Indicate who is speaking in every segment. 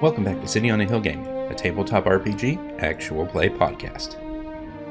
Speaker 1: Welcome back to City on a Hill Gaming, a tabletop RPG actual play podcast.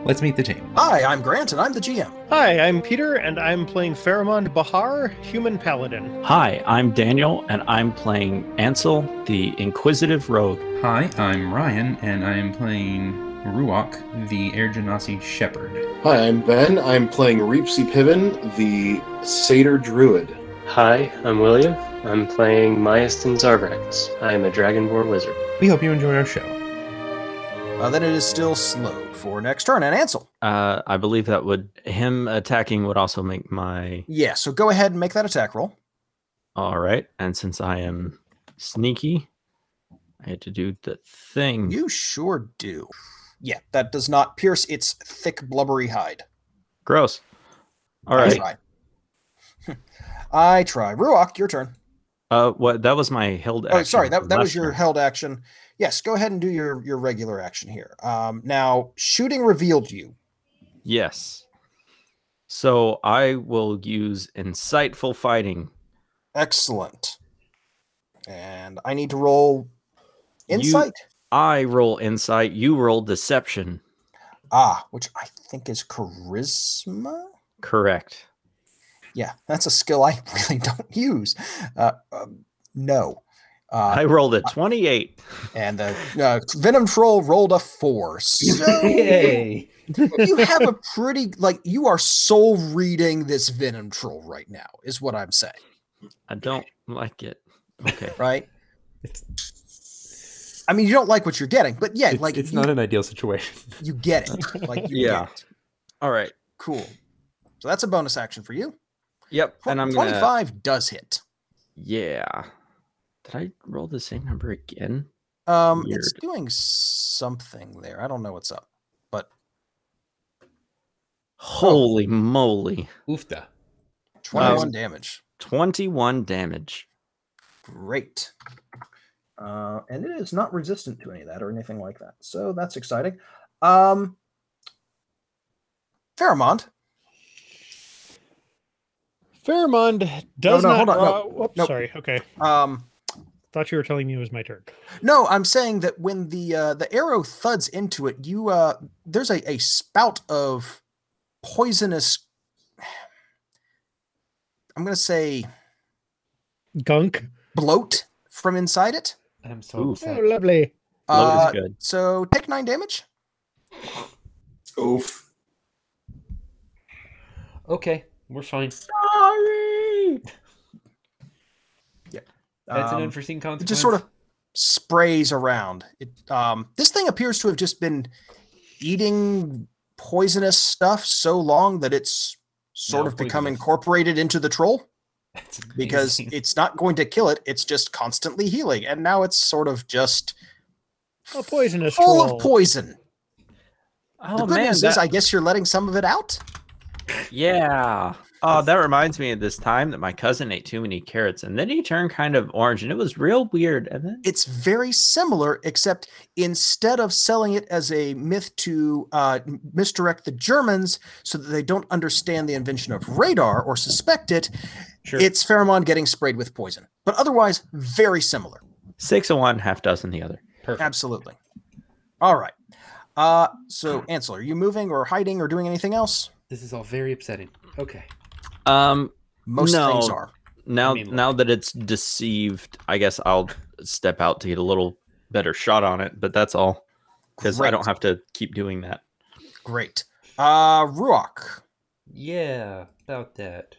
Speaker 1: Let's meet the team.
Speaker 2: Hi, I'm Grant, and I'm the GM.
Speaker 3: Hi, I'm Peter, and I'm playing Pheromond Bahar, Human Paladin.
Speaker 4: Hi, I'm Daniel, and I'm playing Ansel, the Inquisitive Rogue.
Speaker 1: Hi, I'm Ryan, and I am playing Ruok, the Air Genasi Shepherd.
Speaker 5: Hi, I'm Ben. I'm playing Reepsy Piven, the Satyr Druid.
Speaker 6: Hi, I'm William. I'm playing Myastin Zarvax. I am a Dragonborn wizard.
Speaker 1: We hope you enjoy our show.
Speaker 2: Uh, then it is still slowed for next turn, and Ansel.
Speaker 4: Uh, I believe that would him attacking would also make my
Speaker 2: Yeah, so go ahead and make that attack roll.
Speaker 4: all right. And since I am sneaky, I had to do the thing.
Speaker 2: You sure do. Yeah, that does not pierce its thick blubbery hide.
Speaker 4: Gross. All
Speaker 2: I
Speaker 4: right.
Speaker 2: try. I try. Ruok, your turn.
Speaker 4: Uh, what? That was my held.
Speaker 2: Oh, sorry,
Speaker 4: action
Speaker 2: that,
Speaker 4: from
Speaker 2: that was
Speaker 4: last
Speaker 2: your
Speaker 4: time.
Speaker 2: held action. Yes, go ahead and do your, your regular action here. Um, now, shooting revealed you.
Speaker 4: Yes. So I will use insightful fighting.
Speaker 2: Excellent. And I need to roll
Speaker 4: You-
Speaker 2: insight.
Speaker 4: I roll insight. You roll deception.
Speaker 2: Ah, which I think is charisma.
Speaker 4: Correct.
Speaker 2: Yeah, that's a skill I really don't use. Uh, um, no. Uh,
Speaker 4: I rolled a twenty-eight.
Speaker 2: and the uh, Venom Troll rolled a four. So you have a pretty, like, you are soul reading this Venom Troll right now, is what I'm saying,
Speaker 4: I don't like it. Okay.
Speaker 2: right? I mean, you don't like what you're getting, but yeah, like,
Speaker 7: it's
Speaker 2: you,
Speaker 7: not an ideal situation.
Speaker 2: you get it. Like, you
Speaker 4: Yeah.
Speaker 2: get it.
Speaker 4: All right.
Speaker 2: Cool. So that's a bonus action for you.
Speaker 4: Yep. And I'm gonna.
Speaker 2: 25 does hit.
Speaker 4: Yeah. Did I roll the same number again?
Speaker 2: Um, it's
Speaker 4: Weird.
Speaker 2: doing something there. I don't know what's up.
Speaker 4: Oh. Holy moly!
Speaker 7: Oofta.
Speaker 2: 21 damage.
Speaker 4: Twenty-one damage.
Speaker 2: Great. Uh, and it is not resistant to any of that or anything like that. So that's exciting. Um, Pheromond.
Speaker 3: Pheromond does
Speaker 2: no,
Speaker 3: not.
Speaker 2: hold on, no,
Speaker 3: draw- Whoops,
Speaker 2: nope.
Speaker 3: sorry. Okay,
Speaker 2: Um,
Speaker 3: thought you were telling me it was my turn.
Speaker 2: no, I'm saying that when the uh, the arrow thuds into it, you uh, there's a, a spout of poisonous. I'm gonna say
Speaker 3: Gunk.
Speaker 2: bloat from inside it.
Speaker 7: I'm so
Speaker 4: Oof.
Speaker 3: Oh,
Speaker 7: upset.
Speaker 3: lovely.
Speaker 4: Load
Speaker 2: Uh,
Speaker 4: is good.
Speaker 2: so take nine damage.
Speaker 5: Oof.
Speaker 7: Okay, we're fine. That's an
Speaker 2: Um,
Speaker 7: unforeseen
Speaker 2: it
Speaker 7: consequence.
Speaker 2: just sort of sprays around. It um, this thing appears to have just been eating poisonous stuff so long that it's sort
Speaker 7: Now
Speaker 2: of become
Speaker 7: poisonous.
Speaker 2: incorporated into the troll
Speaker 7: That's
Speaker 2: because
Speaker 7: amazing.
Speaker 2: it's not going to kill it. It's just constantly healing, and now it's sort of just
Speaker 3: A poisonous
Speaker 2: full
Speaker 3: troll.
Speaker 2: of poison. the
Speaker 4: Oh
Speaker 2: good
Speaker 4: man!
Speaker 2: news is,
Speaker 4: that-
Speaker 2: I guess you're letting some of it out.
Speaker 4: yeah. Oh, that reminds me of this time that my cousin ate too many carrots, and then he turned kind of orange, and it was real weird. And then
Speaker 2: It's very similar, except instead of selling it as a myth to uh, m- misdirect the Germans so that they don't understand the invention of radar or suspect it,
Speaker 4: sure,
Speaker 2: it's pheromone getting sprayed with poison. But otherwise, very similar.
Speaker 4: six of one, half dozen the other.
Speaker 7: Perfect.
Speaker 2: Absolutely. All right. Uh, so, Ansel, are you moving or hiding or doing anything else?
Speaker 7: This is all very upsetting. Okay.
Speaker 4: Um.
Speaker 2: Most things
Speaker 4: No.
Speaker 2: are.
Speaker 4: Now,
Speaker 7: mean, look.
Speaker 4: now that it's deceived, I guess I'll step out to get a little better shot on it. But that's all, because I don't
Speaker 2: Great,
Speaker 4: have to keep doing that.
Speaker 2: Great. Uh, Ruok.
Speaker 7: Yeah, about that.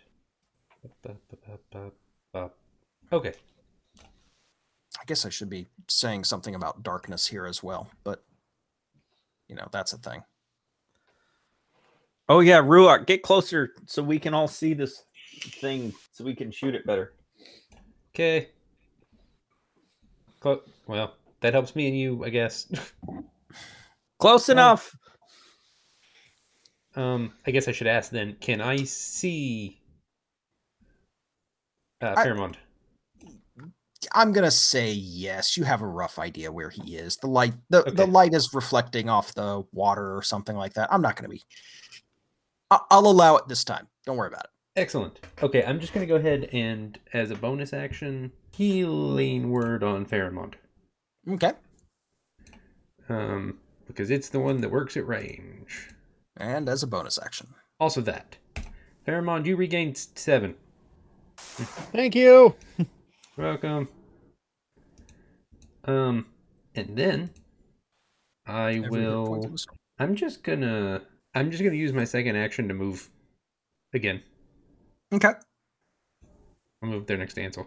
Speaker 7: Ba- ba- ba- ba- ba. Okay.
Speaker 2: I guess I should be saying something about darkness here as well, but you know, that's a thing.
Speaker 4: Oh yeah, Ruok, get closer so we can all see this thing, so we can shoot it better.
Speaker 7: Okay. Clo- well, that helps me and you, I guess.
Speaker 4: Close enough.
Speaker 7: um, I guess I should ask then. Can I see? Uh,
Speaker 2: I-
Speaker 7: Pheromond.
Speaker 2: I'm gonna say yes. You have a rough idea where he is. The light, the, the
Speaker 7: Okay.
Speaker 2: light is reflecting off the water or something like that. I'm not gonna be. I- I'll allow it this time. Don't worry about it.
Speaker 7: Excellent. Okay, I'm just going to go ahead and, as a bonus action, healing word on Pheromond.
Speaker 2: Okay.
Speaker 7: um, because it's the one that works at range.
Speaker 2: And as a bonus action.
Speaker 7: Also that. Pheromone, you regained s- seven.
Speaker 3: Thank you.
Speaker 7: You're Welcome. Um, and then I
Speaker 2: Every hit point
Speaker 7: will.
Speaker 2: that was-
Speaker 7: I'm just gonna. I'm just gonna use my second action to move. Again,
Speaker 2: Okay.
Speaker 7: I'll move there next to Ansel.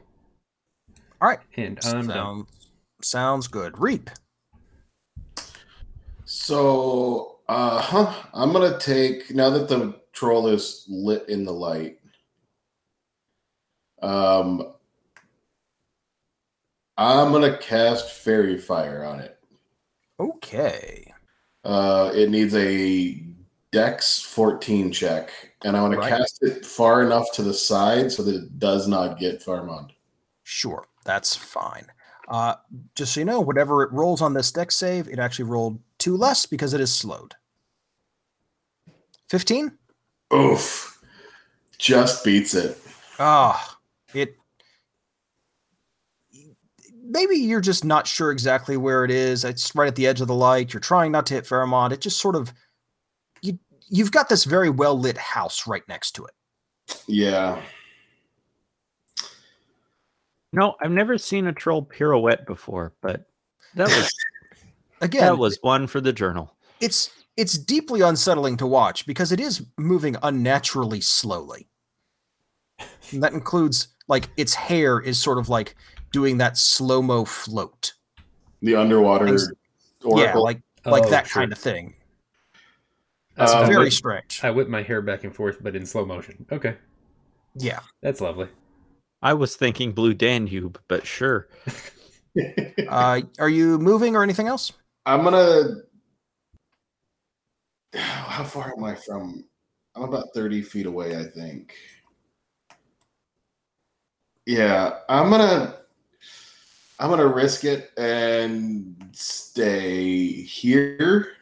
Speaker 2: All right.
Speaker 7: And I'm done.
Speaker 2: Sounds, sounds good. Reap.
Speaker 5: So, uh huh. I'm gonna take now that the troll is lit in the light. Um, I'm gonna cast fairy fire on it.
Speaker 2: Okay.
Speaker 5: Uh, it needs a Dex 14 check, and I want
Speaker 2: Right.
Speaker 5: to cast it far enough to the side so that it does not get Farmond.
Speaker 2: Sure. That's fine. Uh, just so you know, whatever it rolls on this deck save, it actually rolled two less because it is slowed. 15?
Speaker 5: Oof! Just beats it.
Speaker 2: Ah, it. Maybe you're just not sure exactly where it is. It's right at the edge of the light. You're trying not to hit Pheromod. It just sort of you. You've got this very well lit house right next to it.
Speaker 5: Yeah.
Speaker 4: No, I've never seen a troll pirouette before, but that was
Speaker 2: Again,
Speaker 4: that was one for the journal.
Speaker 2: it's it's deeply unsettling to watch because it is moving unnaturally slowly. And that includes like its hair is sort of like doing that slow mo float.
Speaker 5: The underwater
Speaker 2: Things-
Speaker 5: oracle.
Speaker 2: Yeah, like like
Speaker 7: Oh,
Speaker 2: that
Speaker 7: sure.
Speaker 2: kind of thing.
Speaker 7: Uh,
Speaker 2: It's
Speaker 7: I
Speaker 2: very
Speaker 7: whip-
Speaker 2: strange.
Speaker 7: I whip my hair back and forth, but in slow motion. Okay,
Speaker 2: yeah.
Speaker 7: that's lovely.
Speaker 4: I was thinking Blue Danube, but sure.
Speaker 2: Uh, are you moving or anything else?
Speaker 5: I'm gonna. How far am I from? I'm about 30 feet away, I think. Yeah, I'm gonna. I'm gonna risk it and stay here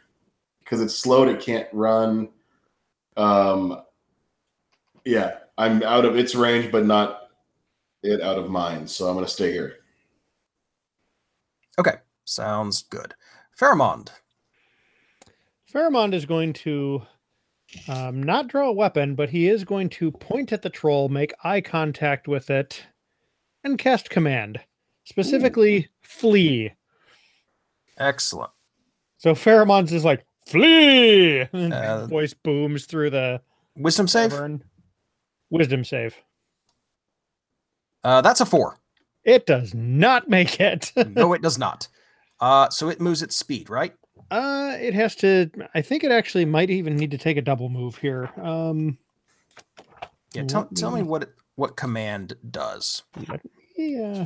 Speaker 5: because it's slowed. It can't run. Um. Yeah, I'm out of its range, but not it out of mine. So I'm gonna stay here.
Speaker 2: Sounds good. Pheromond.
Speaker 3: Pheromond is going to um, not draw a weapon, but he is going to point at the troll, make eye contact with it, and cast command, specifically flee.
Speaker 2: Excellent.
Speaker 3: So Pheromon's is like, flee! And his
Speaker 2: Uh,
Speaker 3: voice booms through the
Speaker 2: Wisdom save.
Speaker 3: cavern. Wisdom save.
Speaker 2: Uh, that's a four.
Speaker 3: It does not make it.
Speaker 2: No, it does not. Uh, so it moves at speed, right?
Speaker 3: Uh, it has to. I think it actually might even need to take a double move here. Um,
Speaker 2: Yeah. Tell,
Speaker 3: Let
Speaker 2: tell me
Speaker 3: me-
Speaker 2: what it, what command does.
Speaker 3: yeah,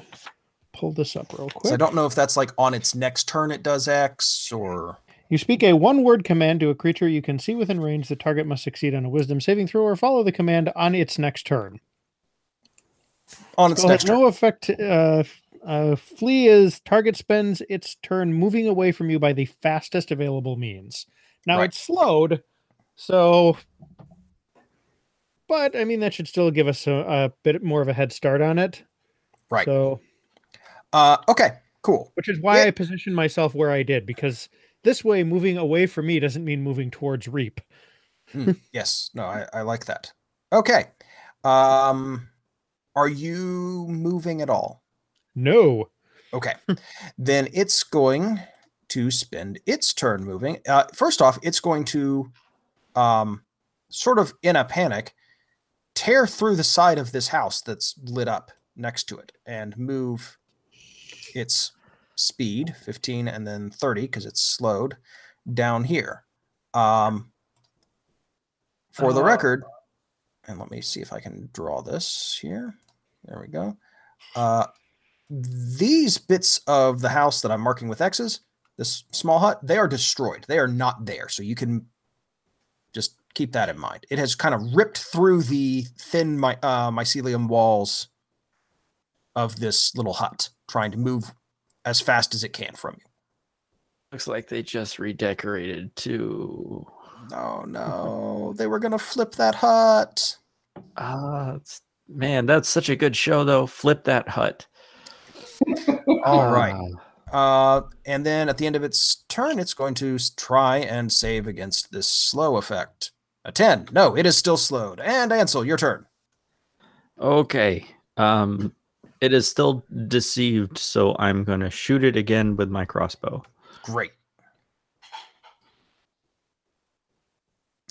Speaker 3: pull this up real
Speaker 2: 'Cause
Speaker 3: quick.
Speaker 2: I don't know if that's like on its next turn it does X or
Speaker 3: You speak a one word command to a creature you can see within range. The target must succeed on a wisdom saving throw or follow the command on its next turn.
Speaker 2: on its
Speaker 3: It'll have
Speaker 2: next turn.
Speaker 3: no effect. Uh, uh, flee is target spends its turn moving away from you by the fastest available means. Now
Speaker 2: Right.
Speaker 3: it's slowed, so. But I mean, that should still give us a, a bit more of a head start on it.
Speaker 2: Right.
Speaker 3: So,
Speaker 2: Uh, okay. Cool.
Speaker 3: which is why
Speaker 2: Yeah.
Speaker 3: I positioned myself where I did because this way, moving away from me doesn't mean moving towards Reap.
Speaker 2: Yes. No, I, I like that. Okay. Um, are you moving at all?
Speaker 3: No.
Speaker 2: Okay. then it's going to spend its turn moving. Uh, first off, it's going to, um, sort of in a panic, tear through the side of this house that's lit up next to it and move its speed 15 and then 30 because it's slowed down here. Um, for the
Speaker 4: Oh.
Speaker 2: record, and let me see if I can draw this here. There we go. Uh, these bits of the house that I'm marking with X's, this small hut, they are destroyed. They are not there. So you can just keep that in mind. It has kind of ripped through the thin my, uh, mycelium walls of this little hut, trying to move as fast as it can from you.
Speaker 4: Looks like they just redecorated too.
Speaker 2: No, Oh, no. they were going to flip that hut.
Speaker 4: Ah, it's- man, that's such a good show though. Flip that hut.
Speaker 2: All right.
Speaker 4: Ah,
Speaker 2: Uh, and then at the end of its turn, it's going to s- try and save against this slow effect. A 10. No, it is still slowed. And Ansel, your turn.
Speaker 4: Okay. Um, it is still deceived, so I'm gonna shoot it again with my crossbow.
Speaker 2: Great.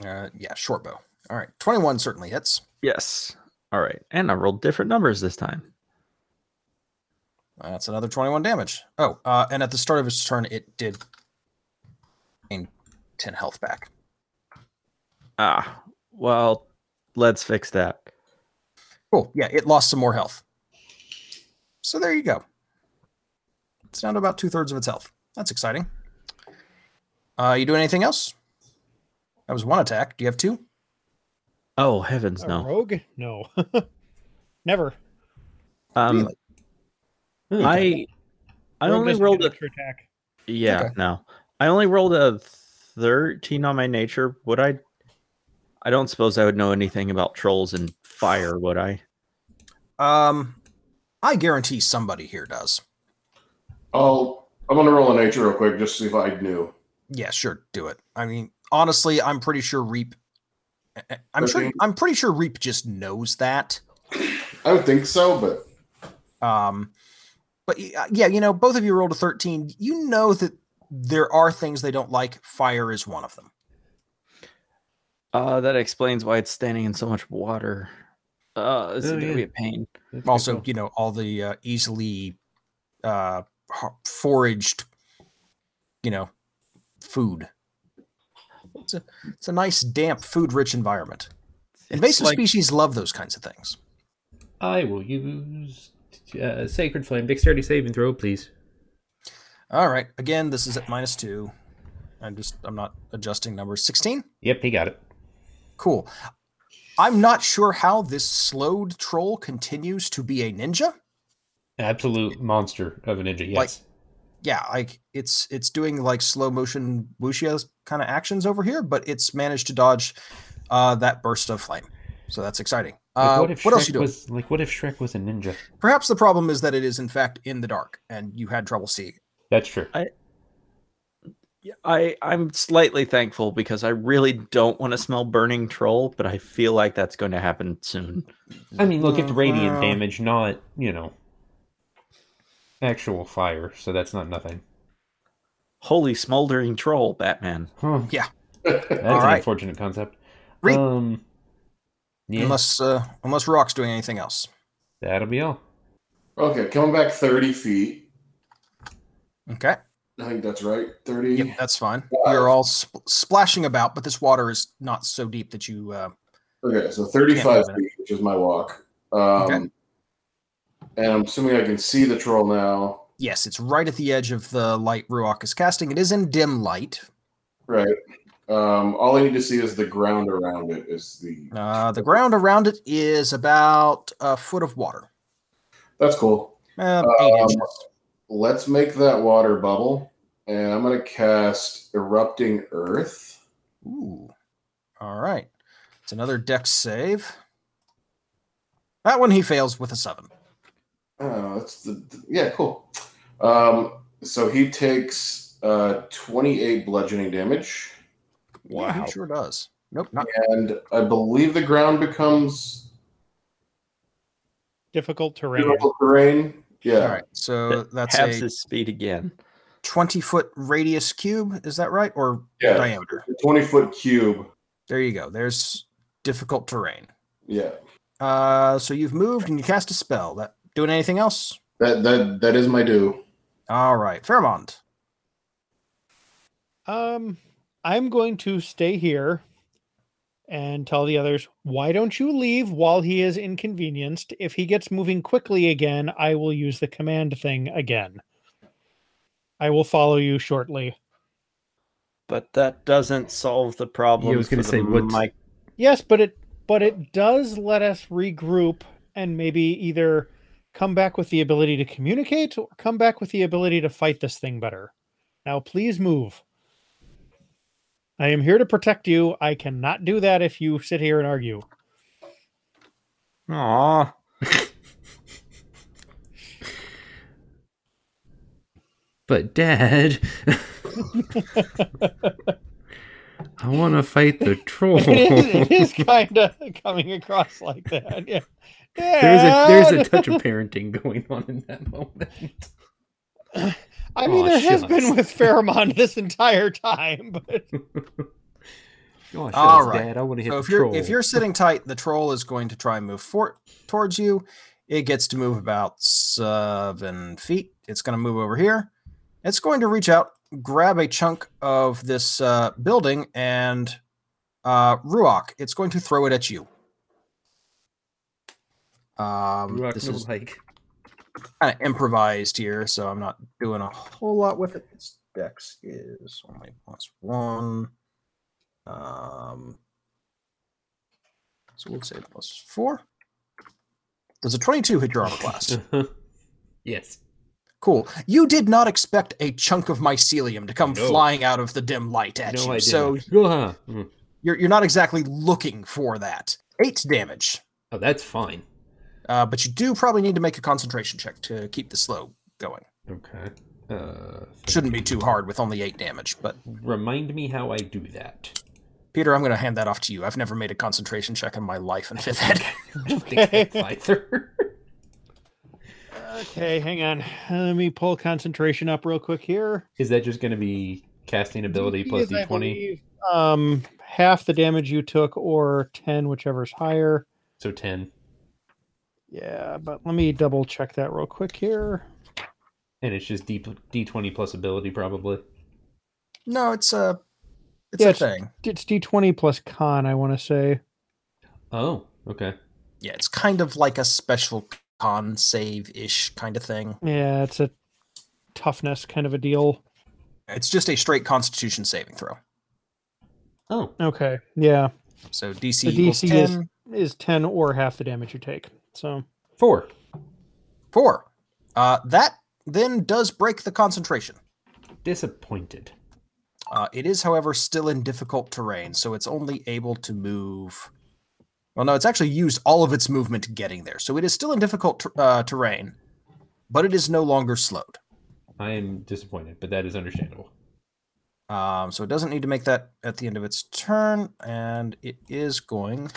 Speaker 2: Uh, yeah, short bow. All right. 21 certainly hits.
Speaker 4: Yes. All right, and I rolled different numbers this time.
Speaker 2: Uh, That's another 21 damage. Oh, uh, and at the start of its turn, it did gain 10 health back.
Speaker 4: Ah, well, let's fix that.
Speaker 2: Cool. Yeah, it lost some more health. So there you go. It's down to about two thirds of its health. That's exciting. Uh, you doing anything else? That was one attack. Do you have two?
Speaker 4: Oh heavens,
Speaker 3: A
Speaker 4: no.
Speaker 3: rogue? No. Never.
Speaker 4: Um,
Speaker 2: Really?
Speaker 4: I, I
Speaker 3: Rogue
Speaker 4: only
Speaker 3: doesn't
Speaker 4: rolled
Speaker 3: get
Speaker 4: a
Speaker 3: extra attack.
Speaker 4: Yeah,
Speaker 2: Okay.
Speaker 4: no. I only rolled a 13 on my nature. Would I? I don't suppose I would know anything about trolls and fire, would I?
Speaker 2: Um, I guarantee somebody here does.
Speaker 5: I'll, I'm going to roll a nature real quick just to see if I knew.
Speaker 2: Yeah, sure, do it. I mean, honestly, I'm pretty sure Reap. I- I- I'm sure.
Speaker 5: Okay.
Speaker 2: I'm pretty sure Reap just knows that.
Speaker 5: I would think so, but
Speaker 2: Um, but y- uh, yeah, you know, both of you rolled a 13. You know that there are things they don't like. Fire is one of them.
Speaker 4: Uh, that explains why it's standing in so much water. Uh, this is
Speaker 7: Oh,
Speaker 4: gonna
Speaker 7: yeah.
Speaker 4: be a pain.
Speaker 7: That's
Speaker 2: Also,
Speaker 7: cool.
Speaker 2: you know, all the uh, easily uh, ho- foraged, you know, food. It's a, it's a nice, damp, food rich environment.
Speaker 4: It's
Speaker 2: Invasive
Speaker 4: like-
Speaker 2: species love those kinds of things.
Speaker 7: I will use uh, Sacred Flame. Dexterity saving throw, please.
Speaker 2: All right. Again, this is at minus two. I'm just, I'm not adjusting numbers. 16?
Speaker 7: Yep, he got it.
Speaker 2: Cool. I'm not sure how this slowed troll continues to be a ninja.
Speaker 7: Absolute monster of a ninja.
Speaker 2: Like-
Speaker 7: Yes.
Speaker 2: Yeah, like it's it's doing like slow motion wuxia kind of actions over here, but it's managed to dodge uh, that burst of flame. So that's exciting.
Speaker 7: Like,
Speaker 2: Uh, what
Speaker 7: if
Speaker 2: else
Speaker 7: Shrek
Speaker 2: you doing?
Speaker 7: was like? What if Shrek was a ninja?
Speaker 2: Perhaps the problem is that it is in fact in the dark, and you had trouble seeing. it.
Speaker 7: That's true.
Speaker 4: Yeah, I I'm slightly thankful because I really don't want to smell burning troll, but I feel like that's going to happen soon.
Speaker 7: I mean, look, it's
Speaker 2: Uh,
Speaker 7: radiant
Speaker 2: well,
Speaker 7: damage, not you know actual fire. So that's not nothing.
Speaker 4: Holy smoldering troll, Batman!
Speaker 7: Huh.
Speaker 2: Yeah.
Speaker 7: That's
Speaker 2: All
Speaker 7: an
Speaker 2: right.
Speaker 7: unfortunate concept.
Speaker 2: Reap.
Speaker 7: Um. Yeah,
Speaker 2: Unless uh, unless Rock's doing anything else.
Speaker 7: that'll be all.
Speaker 5: okay, coming back 30 feet.
Speaker 2: Okay.
Speaker 5: I think that's right. 30.
Speaker 2: Yep, that's fine.
Speaker 5: Yeah.
Speaker 2: You're all spl splashing about, but this water is not so deep that you. Uh,
Speaker 5: Okay, so 35
Speaker 2: Yeah.
Speaker 5: feet, which is my walk. Um,
Speaker 2: Okay.
Speaker 5: And I'm assuming I can see the troll now.
Speaker 2: yes, it's right at the edge of the light Ruach is casting. It is in dim light.
Speaker 5: Right. Um, all I need to see is the ground around it. Is the
Speaker 2: Uh, the ground around it is about a foot of water,
Speaker 5: that's cool.
Speaker 2: uh, eight
Speaker 5: Um,
Speaker 2: inches.
Speaker 5: Let's make that water bubble, and I'm gonna cast erupting earth.
Speaker 2: Ooh. All right. It's another dex save. That one he fails with a seven.
Speaker 5: Oh, that's the yeah, cool. Um, so he takes uh 28 bludgeoning damage,
Speaker 2: Yeah, he sure does. Nope, not
Speaker 5: and I believe the ground becomes
Speaker 3: Difficult terrain.
Speaker 5: beautiful terrain. Yeah.
Speaker 2: all right. So Uh, that's
Speaker 4: halves
Speaker 2: a
Speaker 4: his speed again.
Speaker 2: 20 foot radius cube. Is that right? Or
Speaker 5: Yeah.
Speaker 2: diameter?
Speaker 5: 20 foot cube.
Speaker 2: There you go. There's difficult terrain.
Speaker 5: Yeah.
Speaker 2: Uh, so you've moved and you cast a spell. That doing anything else?
Speaker 5: That that that is my due.
Speaker 2: All right, Fairmont.
Speaker 3: Um, I'm going to stay here and tell the others, why don't you leave while he is inconvenienced? If he gets moving quickly again, I will use the command thing again. I will follow you shortly.
Speaker 4: But that doesn't solve the problem.
Speaker 7: was gonna
Speaker 4: for the
Speaker 7: say, what-
Speaker 4: mic-
Speaker 3: Yes, but it but it does let us regroup and maybe either come back with the ability to communicate or come back with the ability to fight this thing better. Now please move. I am here to protect you. I cannot do that if you sit here and argue.
Speaker 4: Aw.
Speaker 7: But Dad, I want to fight the troll.
Speaker 3: it is, it is kind of coming across like that. Yeah.
Speaker 7: there's a there's a
Speaker 3: Dad!
Speaker 7: touch of parenting going on in that moment.
Speaker 3: I mean,
Speaker 7: Aw,
Speaker 3: there has been
Speaker 7: oh, shucks.
Speaker 3: with Pheromone this entire time, but
Speaker 7: Oh, shucks,
Speaker 2: All right.
Speaker 7: Dad, I want to hit
Speaker 2: So
Speaker 7: the
Speaker 2: if you're
Speaker 7: troll.
Speaker 2: if you're sitting tight, the troll is going to try and move for towards you. It gets to move about seven feet. It's going to move over here. It's going to reach out, grab a chunk of this uh, building, and uh, Ruach. It's going to throw it at you. Um,
Speaker 7: Rock
Speaker 2: this
Speaker 7: no
Speaker 2: is
Speaker 7: like.
Speaker 2: kind of improvised here, so I'm not doing a whole lot with it. Its dex is only plus one. Um, so we'll say plus four. Does a 22 hit your armor class?
Speaker 7: Uh-huh. yes.
Speaker 2: cool. You did not expect a chunk of mycelium to come
Speaker 7: No.
Speaker 2: flying out of the dim light at
Speaker 7: No
Speaker 2: you,
Speaker 7: idea.
Speaker 2: so
Speaker 3: Hmm.
Speaker 2: you're, you're not exactly looking for that. Eight damage,
Speaker 7: Oh, that's fine.
Speaker 2: uh, but you do probably need to make a concentration check to keep the slow going.
Speaker 7: Okay. Uh,
Speaker 2: Shouldn't be too hard with only eight damage, but
Speaker 7: remind me how I do that.
Speaker 2: Peter, I'm going to hand that off to you. I've never made a concentration check in my life and fifth ed.
Speaker 7: I don't think I have either.
Speaker 3: okay, hang on. Let me pull concentration up real quick here.
Speaker 7: Is that just going to be casting ability
Speaker 3: DP
Speaker 7: plus
Speaker 3: is, I
Speaker 7: d20?
Speaker 3: believe, Um, half the damage you took, or ten, whichever's higher.
Speaker 7: So 10.
Speaker 3: Yeah, but let me double check that real quick here.
Speaker 7: And it's just D, d20 plus ability, probably.
Speaker 2: no, it's a, it's
Speaker 3: Yeah,
Speaker 2: a
Speaker 3: it's-
Speaker 2: thing.
Speaker 3: It's D20 plus con, I want to say.
Speaker 7: Oh, okay.
Speaker 2: Yeah, it's kind of like a special con save ish kind of thing.
Speaker 3: Yeah, it's a toughness kind of a deal.
Speaker 2: It's just a straight Constitution saving throw.
Speaker 7: Oh,
Speaker 3: Okay. Yeah,
Speaker 2: So DC
Speaker 3: The
Speaker 2: equals
Speaker 3: DC is-
Speaker 2: 10,
Speaker 3: is 10 or half the damage you take. So,
Speaker 7: four.
Speaker 2: four. Uh, that then does break the concentration.
Speaker 7: Disappointed.
Speaker 2: Uh, it is, however, still in difficult terrain, so it's only able to move. Well, no, it's actually used all of its movement getting there, so it is still in difficult ter- uh, terrain, but it is no longer slowed.
Speaker 7: I am disappointed, but that is understandable.
Speaker 2: Um, so it doesn't need to make that at the end of its turn, and it is going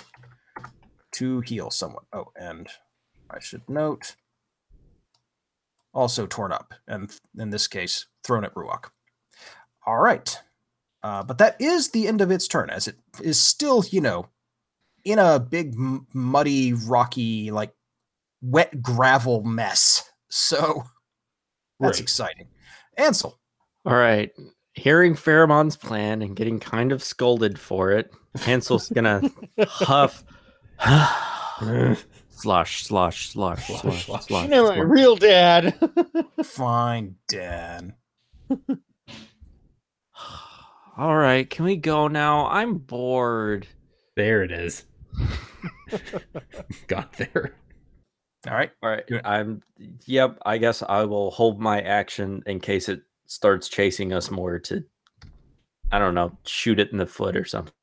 Speaker 2: to heal somewhat. Oh, and I should note also torn up, and in this case, thrown at Ruach. All right. Uh, but that is the end of its turn, as it is still, you know, in a big, m- muddy, rocky, like wet gravel mess. So that's
Speaker 7: Right.
Speaker 2: exciting. Ansel.
Speaker 4: All right. Hearing Pheromone's plan and getting kind of scolded for it, Hansel's gonna huff, slosh, slosh, slosh,
Speaker 7: Slosh,
Speaker 4: slosh,
Speaker 7: slosh.
Speaker 4: slosh.
Speaker 3: you know, my real dad.
Speaker 2: Fine, Dan.
Speaker 4: All right, can we go now? I'm bored.
Speaker 7: There it is. Got there.
Speaker 2: All right.
Speaker 4: All right,
Speaker 2: Do it.
Speaker 4: I'm. Yep, I guess I will hold my action in case it starts chasing us more to, I don't know, shoot it in the foot or something.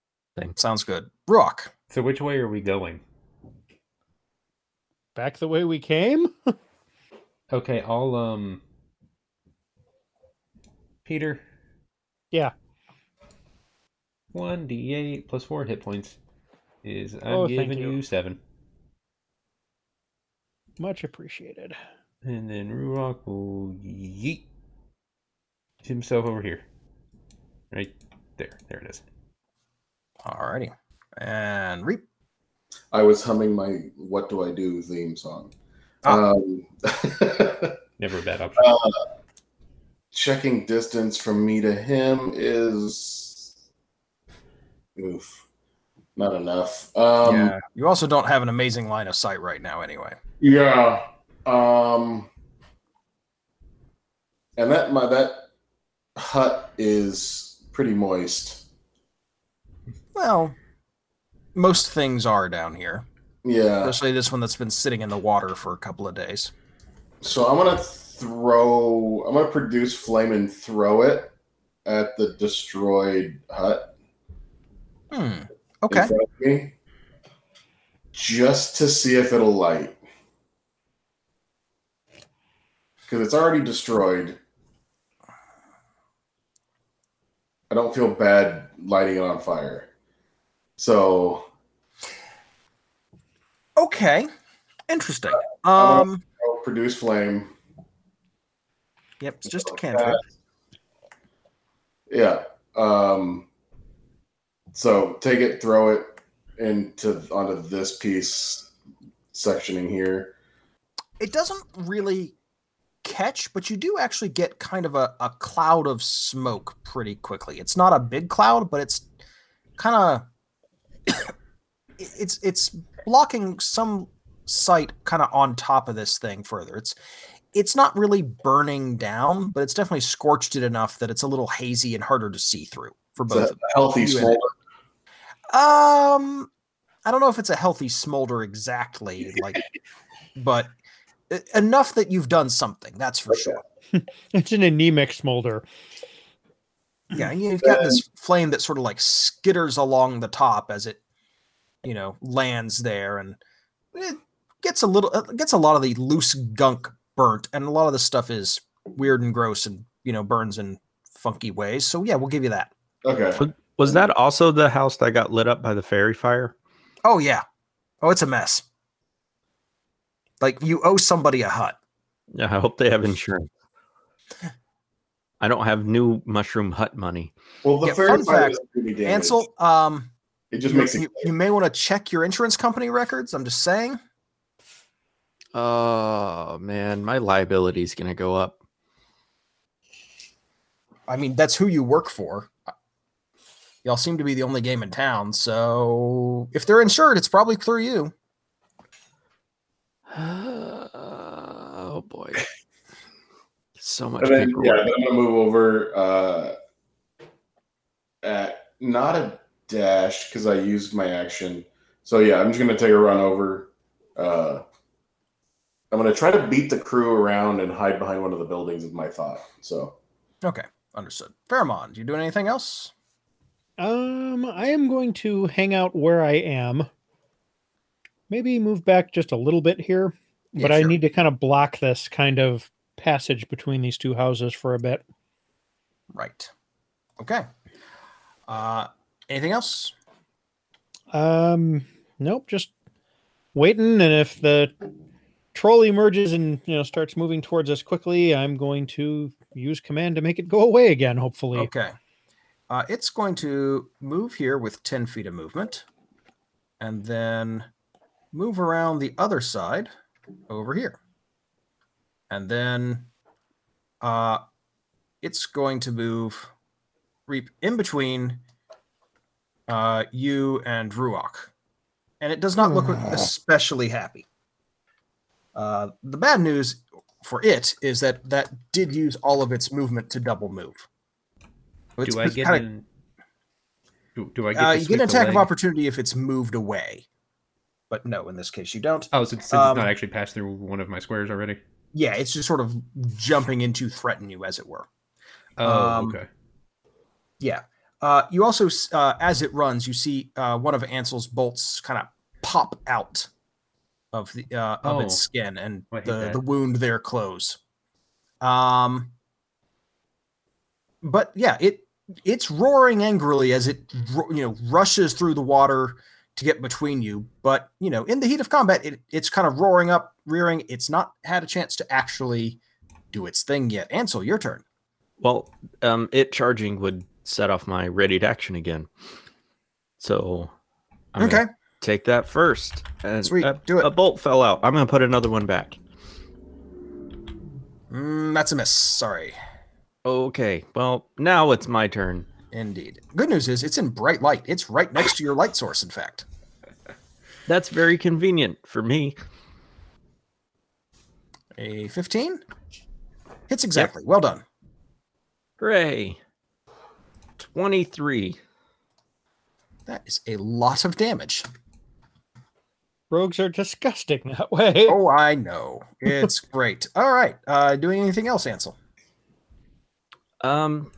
Speaker 2: Sounds good. Rock.
Speaker 7: So which way are we going?
Speaker 3: Back the way we came?
Speaker 7: Okay, I'll um Peter.
Speaker 3: Yeah.
Speaker 7: One D eight plus four hit points is I'm
Speaker 3: Oh, thank
Speaker 7: giving
Speaker 3: you.
Speaker 7: you. seven.
Speaker 3: Much appreciated.
Speaker 7: And then Rurock will yeet himself over here. Right there. There it is.
Speaker 2: Alrighty. And reap.
Speaker 5: I was humming my "What Do I Do" theme song.
Speaker 2: Ah.
Speaker 5: Um,
Speaker 7: Never a bad option.
Speaker 5: checking distance from me to him is oof, not enough. Um,
Speaker 2: yeah. You also don't have an amazing line of sight right now, anyway.
Speaker 5: Yeah. Um and that my that hut is pretty moist.
Speaker 2: Well, most things are down here,
Speaker 5: Yeah.
Speaker 2: especially this one that's been sitting in the water for a couple of days.
Speaker 5: So I'm gonna throw I'm gonna produce flame and throw it at the destroyed hut
Speaker 2: Hmm.
Speaker 5: in
Speaker 2: Okay.
Speaker 5: front of me. Just to see if it'll light. Because it's already destroyed. don't feel bad lighting it on fire. So
Speaker 2: Okay. Interesting.
Speaker 5: Uh,
Speaker 2: Um.
Speaker 5: I'll produce flame.
Speaker 2: Yep. It's just a
Speaker 5: Uh,
Speaker 2: cantrip.
Speaker 5: Yeah. Um, so take it, throw it into onto this piece sectioning here.
Speaker 2: It doesn't really catch, but you do actually get kind of a, a cloud of smoke pretty quickly. It's not a big cloud, but it's kind of it's it's blocking some sight kind of on top of this thing further. It's it's not really burning down, but it's definitely scorched it enough that it's a little hazy and harder to see through for
Speaker 5: It's
Speaker 2: both of
Speaker 5: a healthy
Speaker 2: You and
Speaker 5: smolder.
Speaker 2: Um, I don't know if it's a healthy smolder exactly, like, but e- enough that you've done something. That's for
Speaker 5: Okay.
Speaker 2: sure.
Speaker 3: It's an anemic smolder.
Speaker 2: Yeah, and you've got this flame that sort of like skitters along the top as it, you know, lands there, and it gets a little, it gets a lot of the loose gunk burnt, and a lot of this stuff is weird and gross, and you know, burns in funky ways. So yeah, we'll give you that.
Speaker 5: Okay.
Speaker 4: Was that also the house that got lit up by the fairy fire?
Speaker 2: Oh yeah, oh it's a mess. Like you owe somebody a hut.
Speaker 4: Yeah, I hope they have insurance. I don't have new mushroom hut money.
Speaker 5: Well, the
Speaker 2: Yeah,
Speaker 5: fairy
Speaker 2: fun
Speaker 5: fire
Speaker 2: fact,
Speaker 5: doesn't do any damage.
Speaker 2: Ansel, um,
Speaker 5: It just
Speaker 2: you,
Speaker 5: makes it.
Speaker 2: you- you may want to check your insurance company records. I'm just saying.
Speaker 4: Oh man, my liability's gonna go up.
Speaker 2: I mean, that's who you work for. Y'all seem to be the only game in town, so if they're insured, it's probably through you.
Speaker 4: oh boy, so much.
Speaker 5: And then,
Speaker 4: paperwork.
Speaker 5: yeah, then I'm gonna move over. Uh, at not a dash because I used my action. So yeah, I'm just gonna take a run over. Uh, I'm gonna try to beat the crew around and hide behind one of the buildings. Is my thought. So
Speaker 2: Okay, understood. Pheromond, you doing anything else?
Speaker 3: Um, I am going to hang out where I am. Maybe move back just a little bit here,
Speaker 2: Yeah,
Speaker 3: but I
Speaker 2: sure.
Speaker 3: need to kind of block this kind of passage between these two houses for a bit.
Speaker 2: Right. Okay. Uh, anything else?
Speaker 3: Um, nope, just waiting. And if the troll emerges and you know starts moving towards us quickly, I'm going to use command to make it go away again. Hopefully,
Speaker 2: Okay. Uh, it's going to move here with 10 feet of movement and then move around the other side over here. And then uh, it's going to move reap in between uh, you and Ruok. And it does not look especially happy. Uh, the bad news for it is that that did use all of its movement to double move. Oh, It's
Speaker 7: do I get
Speaker 2: kinda-
Speaker 7: an? Do, do I get?
Speaker 2: uh,
Speaker 7: to
Speaker 2: you get
Speaker 7: sweep
Speaker 2: an
Speaker 7: the
Speaker 2: attack of
Speaker 7: leg?
Speaker 2: opportunity if it's moved away, but no, in this case you don't.
Speaker 7: Oh, since, since it's
Speaker 2: um,
Speaker 7: not actually passed through one of my squares already.
Speaker 2: Yeah, it's just sort of jumping in to threaten you, as it were.
Speaker 7: Oh,
Speaker 2: um,
Speaker 7: okay.
Speaker 2: Yeah. Uh, you also, s- uh, as it runs, you see uh, one of Ansel's bolts kind of pop out of the uh, of its
Speaker 7: Oh.
Speaker 2: skin, and
Speaker 7: I hate
Speaker 2: the,
Speaker 7: that.
Speaker 2: the wound there close. Um, but yeah, it it's roaring angrily as it ro- you know rushes through the water to get between you. But you know, in the heat of combat, it, it's kind of roaring up, rearing. It's not had a chance to actually do its thing yet. Ansel, your turn.
Speaker 4: Well, um, it charging would set off my readied action again. So, I'm gonna
Speaker 2: okay,
Speaker 4: take that first. And
Speaker 2: Sweet,
Speaker 4: a-
Speaker 2: do it.
Speaker 4: A bolt fell out. I'm gonna put another one back.
Speaker 2: Mm, that's a miss. Sorry.
Speaker 4: Okay. Well, now it's my turn.
Speaker 2: Indeed. Good news is it's in bright light. It's right next to your light source, in fact.
Speaker 4: That's very convenient for me.
Speaker 2: A 15? Hits exactly. Well done.
Speaker 4: Hooray! Twenty-three.
Speaker 2: That is a lot of damage.
Speaker 3: rogues are disgusting that way.
Speaker 2: Oh, I know. It's great. All right. Uh, doing anything else, Ansel?
Speaker 4: Um,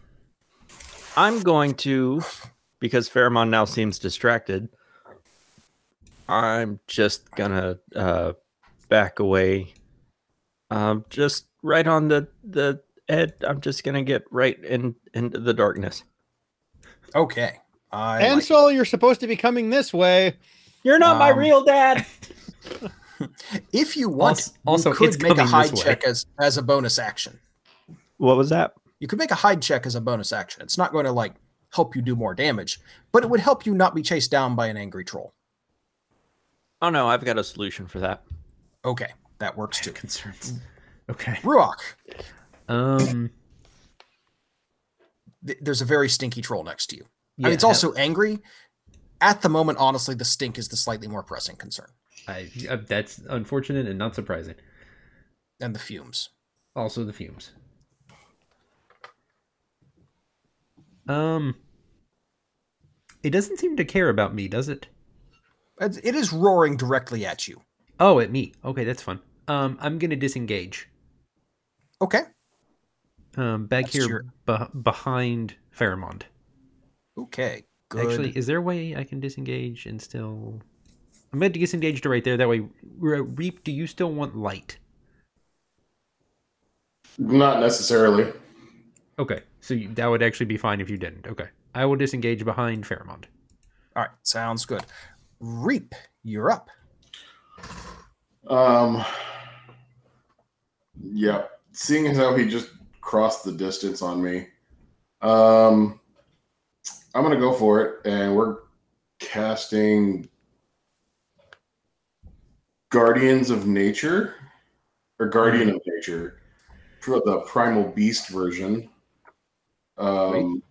Speaker 4: I'm going to, because Pheromon now seems distracted. I'm just gonna uh, back away. Um, just right on the the ed. I'm just gonna get right in into the darkness.
Speaker 2: Okay. I like it.
Speaker 3: Ansel, you're supposed to be coming this way.
Speaker 4: You're not my
Speaker 2: Um,
Speaker 4: real dad.
Speaker 2: if you want,
Speaker 7: also,
Speaker 2: you could
Speaker 7: it's
Speaker 2: make a
Speaker 7: coming
Speaker 2: hide
Speaker 7: this way.
Speaker 2: check as as a bonus action.
Speaker 4: What was that?
Speaker 2: You could make a hide check as a bonus action. It's not going to like help you do more damage, but it would help you not be chased down by an angry troll.
Speaker 4: Oh no, I've got a solution for that.
Speaker 2: Okay, that works too. Mm.
Speaker 7: Concerns. Okay.
Speaker 2: Ruok,
Speaker 7: Um.
Speaker 2: th- there's a very stinky troll next to you. I mean,
Speaker 7: yeah,
Speaker 2: it's also angry. At the moment, honestly, the stink is the slightly more pressing concern,
Speaker 7: I, I, that's unfortunate and not surprising.
Speaker 2: and the fumes.
Speaker 7: Also, the fumes. Um. It doesn't seem to care about me, does it?
Speaker 2: It it is roaring directly at you.
Speaker 7: Oh, at me. Okay, that's fun. Um, I'm gonna disengage.
Speaker 2: Okay.
Speaker 7: Um, back
Speaker 2: That's
Speaker 7: here
Speaker 2: your-
Speaker 7: beh- behind Pheromond.
Speaker 2: Okay. Good.
Speaker 7: Actually, is there a way I can disengage and still? I'm going to disengage to right there. That way, Re- Reap. Do you still want light?
Speaker 5: Not necessarily.
Speaker 7: Okay, so you, that would actually be fine if you didn't. Okay, I will disengage behind Pheromond.
Speaker 2: all right. Sounds good. Reap, you're up.
Speaker 5: Um. Yeah. Seeing as how he just crossed the distance on me, um, I'm gonna go for it, and we're casting Guardians of Nature or Guardian of Nature for the Primal Beast version. Um.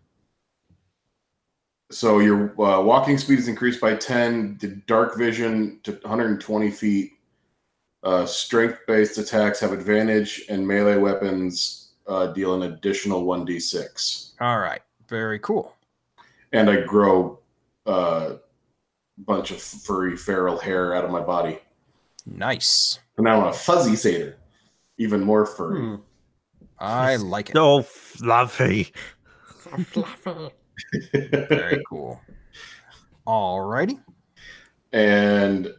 Speaker 5: So your uh, walking speed is increased by 10, the dark vision to 120 feet, uh, strength based attacks have advantage, and melee weapons uh, deal an additional 1d6.
Speaker 2: All right. Very cool.
Speaker 5: And I grow a uh, bunch of furry feral hair out of my body.
Speaker 2: Nice.
Speaker 5: And now I'm a fuzzy satyr, even more furry.
Speaker 2: I like it.
Speaker 4: So fluffy.
Speaker 2: Very cool. All righty.
Speaker 5: and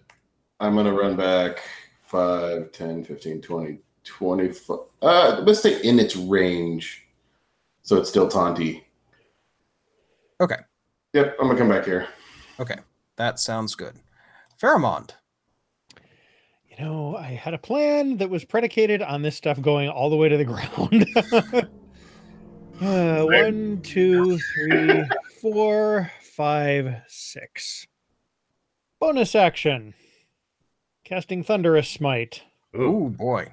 Speaker 5: I'm going to run back 5, 10, 15, 20, 25. Uh, let's say in its range. So it's still taunty.
Speaker 2: Okay.
Speaker 5: Yep, I'm going to come back here.
Speaker 2: That sounds good. Pheromond.
Speaker 3: You know, I had a plan that was predicated on this stuff going all the way to the ground. uh, one, two, three, four, five, six. Bonus action. Casting Thunderous Smite.
Speaker 2: Oh boy.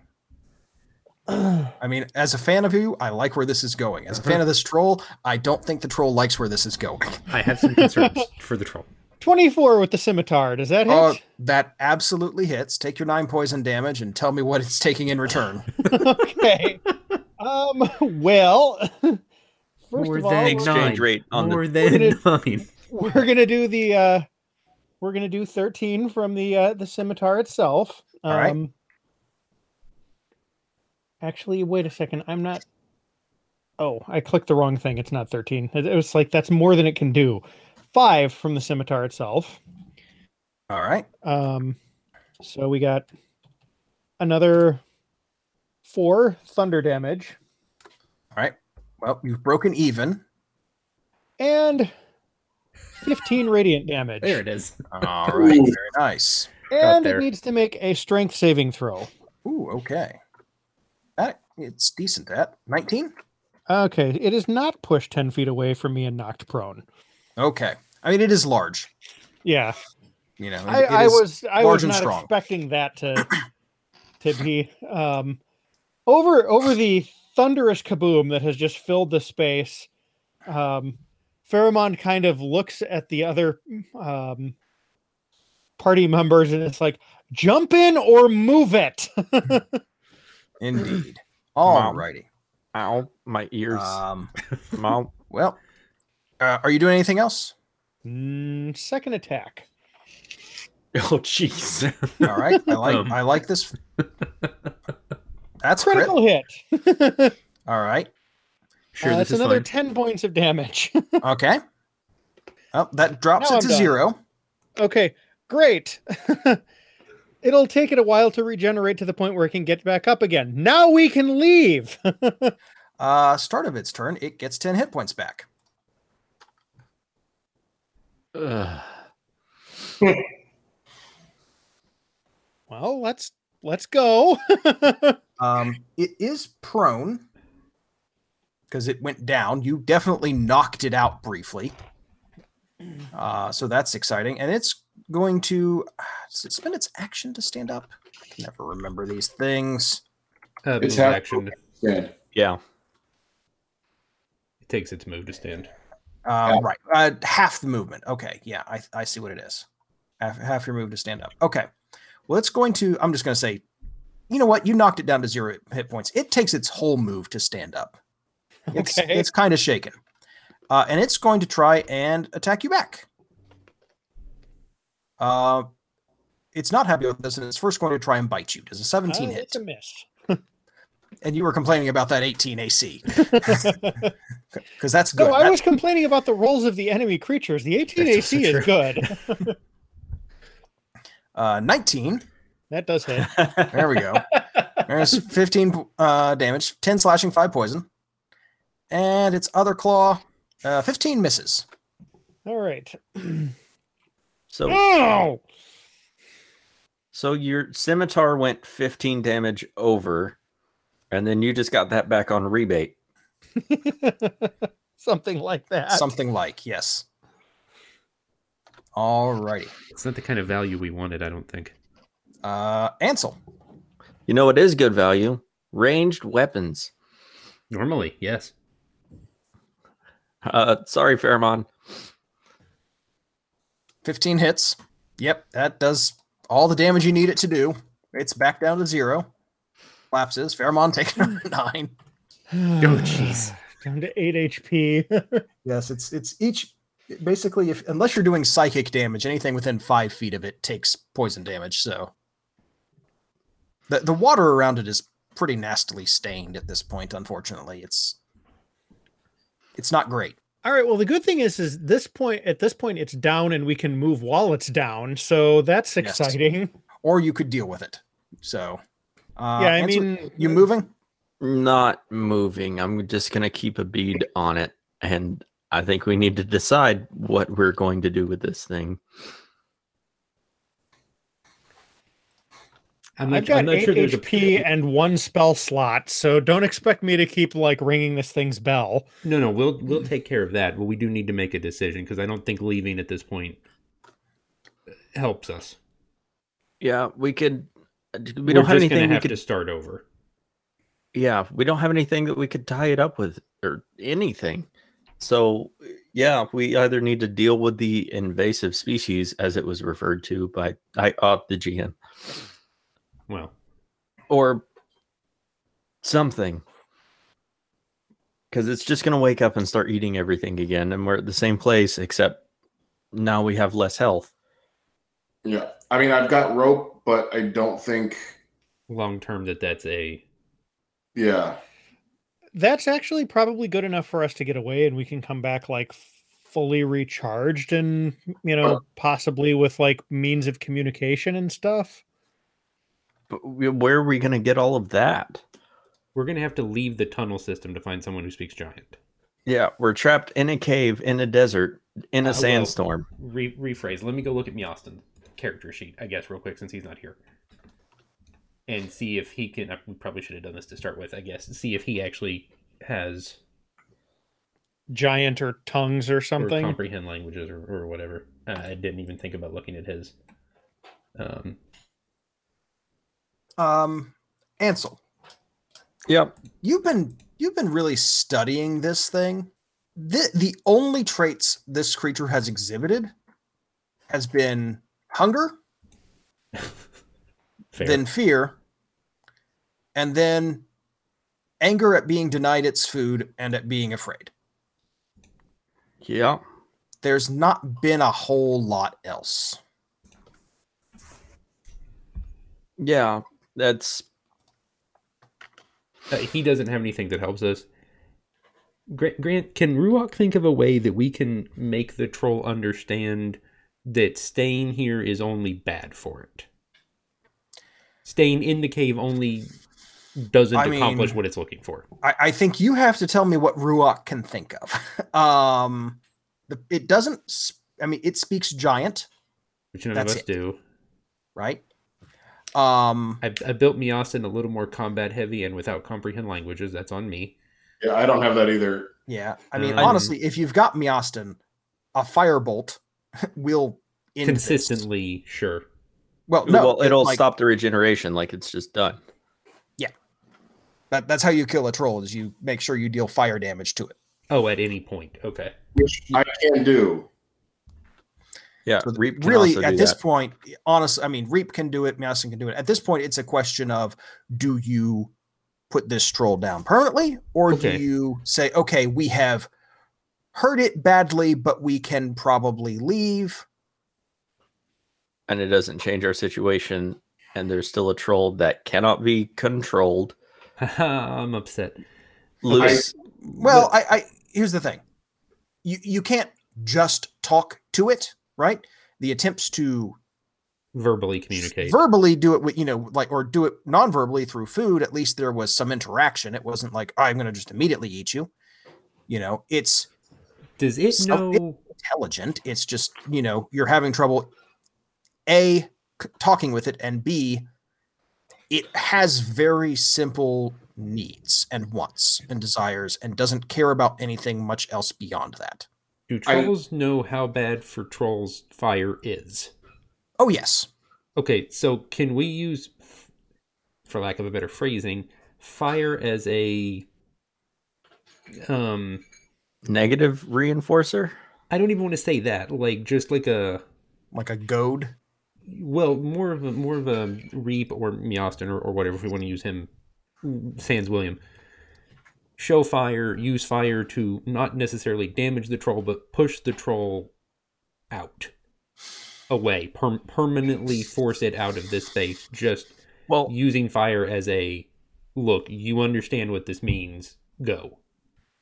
Speaker 2: I mean, as a fan of you, I like where this is going. As a fan of this troll, I don't think the troll likes where this is going.
Speaker 7: I have some concerns for the troll.
Speaker 3: 24 with the scimitar. Does that hit?
Speaker 2: Uh, that absolutely hits. Take your nine poison damage and tell me what it's taking in return.
Speaker 3: okay. Um, well, first
Speaker 7: More
Speaker 3: of all,
Speaker 7: than
Speaker 3: we're-
Speaker 7: nine.
Speaker 4: Exchange rate on
Speaker 7: More
Speaker 4: the
Speaker 7: than nine.
Speaker 3: we're gonna do the uh we're gonna do 13 from the uh the scimitar itself um
Speaker 2: All right.
Speaker 3: actually wait a second i'm not oh i clicked the wrong thing it's not 13 it, it was like that's more than it can do five from the scimitar itself
Speaker 2: All right.
Speaker 3: um so we got another four thunder damage
Speaker 2: Well, you've broken even.
Speaker 3: and 15 radiant damage
Speaker 7: There it is.
Speaker 2: All right. Very nice.
Speaker 3: and it
Speaker 7: there.
Speaker 3: needs to make a strength saving throw
Speaker 2: Ooh, okay. That it's decent at 19.
Speaker 3: Okay, it is not pushed 10 feet away from me and knocked prone.
Speaker 2: Okay. I mean, it is large.
Speaker 3: Yeah,
Speaker 2: You know,
Speaker 3: I,
Speaker 2: it- it
Speaker 3: I
Speaker 2: is-
Speaker 3: was I
Speaker 2: large
Speaker 3: was
Speaker 2: and
Speaker 3: not
Speaker 2: strong.
Speaker 3: expecting that to to be um, over over the thunderous kaboom that has just filled the space. Um, Pheromon kind of looks at the other um, party members and it's like, jump in or move it.
Speaker 2: indeed. All righty.
Speaker 4: Ow, my ears.
Speaker 2: Um,
Speaker 4: Mom.
Speaker 2: well, uh, are you doing anything else?
Speaker 3: Mm, second attack.
Speaker 4: Oh jeez.
Speaker 2: All right, I like
Speaker 7: Um.
Speaker 2: I like this. That's crit.
Speaker 3: Critical hit.
Speaker 2: All right.
Speaker 7: Sure,
Speaker 3: Uh,
Speaker 7: this
Speaker 3: that's
Speaker 7: is
Speaker 3: another
Speaker 7: fine.
Speaker 3: 10 points of damage.
Speaker 2: Okay. Oh, that drops
Speaker 3: Now
Speaker 2: it
Speaker 3: I'm
Speaker 2: to
Speaker 3: done.
Speaker 2: zero.
Speaker 3: Okay, great. It'll take it a while to regenerate to the point where it can get back up again. Now we can leave.
Speaker 2: Uh, start of its turn, it gets ten hit points back.
Speaker 4: Ugh.
Speaker 3: Well, let's let's go.
Speaker 2: Um, it is prone because it went down. You definitely knocked it out briefly. Uh, so that's exciting. And it's going to uh, does it spend its action to stand up. I can never remember these things.
Speaker 7: Uh,
Speaker 5: It's
Speaker 7: move
Speaker 5: half-
Speaker 7: action.
Speaker 5: Stand.
Speaker 4: yeah.
Speaker 7: It takes its move to stand.
Speaker 2: Uh, Right. Uh, half the movement. Okay. Yeah, I, I see what it is. Half, half your move to stand up. Okay. Well, it's going to, I'm just going to say, you know what? You knocked it down to zero hit points. It takes its whole move to stand up. It's,
Speaker 3: Okay.
Speaker 2: it's kind of shaken. Uh, and it's going to try and attack you back. Uh, it's not happy with this, and it's first going to try and bite you. Does a 17
Speaker 3: Oh,
Speaker 2: hit?
Speaker 3: It's a miss.
Speaker 2: And you were complaining about that 18 AC
Speaker 3: no,
Speaker 2: because that's good.
Speaker 3: I
Speaker 2: That-
Speaker 3: was complaining about the rolls of the enemy creatures. The 18
Speaker 7: That's
Speaker 3: AC
Speaker 7: also
Speaker 3: is good.
Speaker 2: uh, 19.
Speaker 3: That does hit.
Speaker 2: There we go. There's 15 po- uh, damage, 10 slashing, 5 poison. And its other claw, uh, 15 misses.
Speaker 3: All right.
Speaker 4: so
Speaker 3: No.
Speaker 4: so your scimitar went 15 damage over, and then you just got that back on rebate.
Speaker 3: Something like that.
Speaker 2: Something like, yes. Alrighty.
Speaker 7: It's not the kind of value we wanted, I don't think.
Speaker 2: Uh, Ansel.
Speaker 4: You know what is good value? Ranged weapons.
Speaker 7: Normally, yes.
Speaker 4: Uh, sorry, Pheromon.
Speaker 2: 15 hits. Yep, that does all the damage you need it to do. It's back down to zero. Collapses. Pheromon taking over nine.
Speaker 7: Oh, jeez.
Speaker 3: Down to 8 HP.
Speaker 2: Yes, it's it's each basically if unless you're doing psychic damage, anything within five feet of it takes poison damage. So the the water around it is pretty nastily stained at this point. Unfortunately, it's it's not great.
Speaker 3: All right. Well, the good thing is, is this point at this point it's down and we can move while it's down, so that's
Speaker 2: Yes.
Speaker 3: exciting.
Speaker 2: Or you could deal with it. So uh,
Speaker 3: yeah, I
Speaker 2: Ansel,
Speaker 3: mean,
Speaker 2: you moving?
Speaker 4: Not moving. I'm just gonna keep a bead on it, and I think we need to decide what we're going to do with this thing.
Speaker 7: I'm
Speaker 3: I've
Speaker 7: not,
Speaker 3: got
Speaker 7: I'm not
Speaker 3: eight
Speaker 7: sure there's a
Speaker 3: HP and one spell slot, so don't expect me to keep like ringing this thing's bell.
Speaker 7: No, no, we'll we'll take care of that, but we do need to make a decision because I don't think leaving at this point helps us.
Speaker 4: Yeah, we could. We
Speaker 7: We're
Speaker 4: don't have
Speaker 7: just gonna
Speaker 4: anything we
Speaker 7: have
Speaker 4: could.
Speaker 7: to start over.
Speaker 4: Yeah, we don't have anything that we could tie it up with or anything. So yeah, we either need to deal with the invasive species as it was referred to by I uh, the GM
Speaker 7: Well,
Speaker 4: or something. Because it's just going to wake up and start eating everything again. And we're at the same place, except now we have less health.
Speaker 5: Yeah. I mean, I've got rope, but I don't think.
Speaker 7: long term, that that's a
Speaker 5: Yeah.
Speaker 3: That's actually probably good enough for us to get away, and we can come back like fully recharged and you know possibly with like means of communication and stuff.
Speaker 4: But we- where are we going to get all of that?
Speaker 7: we're gonna have to leave the tunnel system to find someone who speaks giant.
Speaker 4: Yeah, we're trapped in a cave, in a desert, in a
Speaker 7: Uh, well-
Speaker 4: sandstorm.
Speaker 7: Re- rephrase. Let me go look at Miostin's character sheet, I guess, real quick, since he's not here, and see if he can. I probably should have done this to start with, I guess. See if he actually has
Speaker 3: Giant or tongues or
Speaker 7: or
Speaker 3: something.
Speaker 7: comprehend languages or, or whatever. Uh, I didn't even think about looking at his. Um,
Speaker 2: Um, Ansel,
Speaker 4: Yep.
Speaker 2: you've been you've been really studying this thing. The the only traits this creature has exhibited has been hunger.
Speaker 7: fair.
Speaker 2: then fear, and then anger at being denied its food and at being afraid.
Speaker 4: Yeah.
Speaker 2: There's not been a whole lot else.
Speaker 4: Yeah. That's
Speaker 7: Uh, he doesn't have anything that helps us. Grant, Grant, can Ruok think of a way that we can make the troll understand that staying here is only bad for it? Staying in the cave only doesn't
Speaker 2: I
Speaker 7: accomplish
Speaker 2: mean-
Speaker 7: what it's looking for.
Speaker 2: I, I think you have to tell me what Ruach can think of. um, the, it doesn't I mean, it speaks giant,
Speaker 7: which none
Speaker 2: That's
Speaker 7: of us
Speaker 2: it.
Speaker 7: do.
Speaker 2: right? Um,
Speaker 7: I, I built Miasin a little more combat heavy and without comprehend languages. That's on me.
Speaker 5: Yeah, I don't have that either.
Speaker 2: yeah. I mean,
Speaker 7: Um,
Speaker 2: honestly, if you've got Miastin, a firebolt will end this.
Speaker 7: Consistently, sure.
Speaker 2: Well, no,
Speaker 4: well,
Speaker 2: it-
Speaker 4: it'll
Speaker 2: like,
Speaker 4: stop the regeneration. Like it's just done.
Speaker 2: That, that's how you kill a troll: is you make sure you deal fire damage to it.
Speaker 7: Oh, at any point. Okay.
Speaker 5: Which I can do.
Speaker 4: Yeah.
Speaker 2: So th-
Speaker 4: Reap can
Speaker 2: really,
Speaker 4: also
Speaker 2: at
Speaker 4: do
Speaker 2: this
Speaker 4: that.
Speaker 2: point, honestly, I mean, Reap can do it, Miastin can do it. At this point, it's a question of do you put this troll down permanently, or
Speaker 7: Okay.
Speaker 2: do you say, okay, we have hurt it badly, but we can probably leave?
Speaker 4: and it doesn't change our situation, and there's still a troll that cannot be controlled.
Speaker 7: I'm upset.
Speaker 4: Loose.
Speaker 2: Well, I, I here's the thing: you you can't just talk to it, right? The attempts to
Speaker 7: Verbally communicate.
Speaker 2: verbally do it with you know like or do it non-verbally through food at least there was some interaction it wasn't like i'm going to just immediately eat you you know it's
Speaker 7: Does it
Speaker 2: So-
Speaker 7: know?
Speaker 2: intelligent it's just you know you're having trouble a c- talking with it and b it has very simple needs and wants and desires and doesn't care about anything much else beyond that
Speaker 7: Do
Speaker 5: I-
Speaker 7: trolls know how bad for trolls fire is?
Speaker 2: oh yes
Speaker 7: Okay, so can we use, for lack of a better phrasing, fire as a um?
Speaker 4: negative reinforcer.
Speaker 7: I don't even want to say that. Like just like a
Speaker 2: like a goad
Speaker 7: well, more of a more of a Reap or Miostin or, or whatever if we want to use him, Sans William. Show fire, use fire to not necessarily damage the troll, but push the troll out, away, per- permanently force it out of this space. Just
Speaker 4: Well,
Speaker 7: using fire as a look. You understand what this means. Go.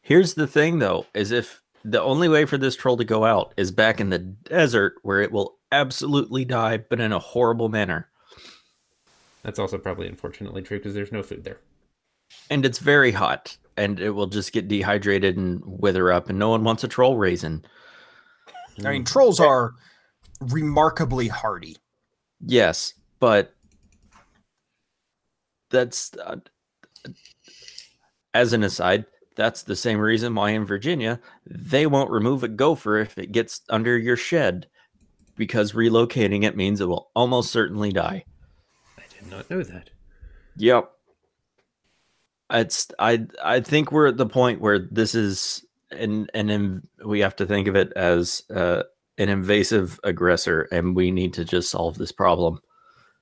Speaker 4: Here's the thing though, is if the only way for this troll to go out is back in the desert where it will absolutely die, but in a horrible manner.
Speaker 7: That's also probably unfortunately true because there's no food there.
Speaker 4: And it's very hot and it will just get dehydrated and wither up, and no one wants a troll raisin.
Speaker 2: i mean trolls are remarkably hardy
Speaker 4: Yes, but that's uh, as an aside, that's the same reason why in Virginia they won't remove a gopher if it gets under your shed because relocating it means it will almost certainly die.
Speaker 7: I did not know that.
Speaker 4: Yep. It's I I think we're at the point where this is and and in, we have to think of it as uh, an invasive aggressor, and we need to just solve this problem.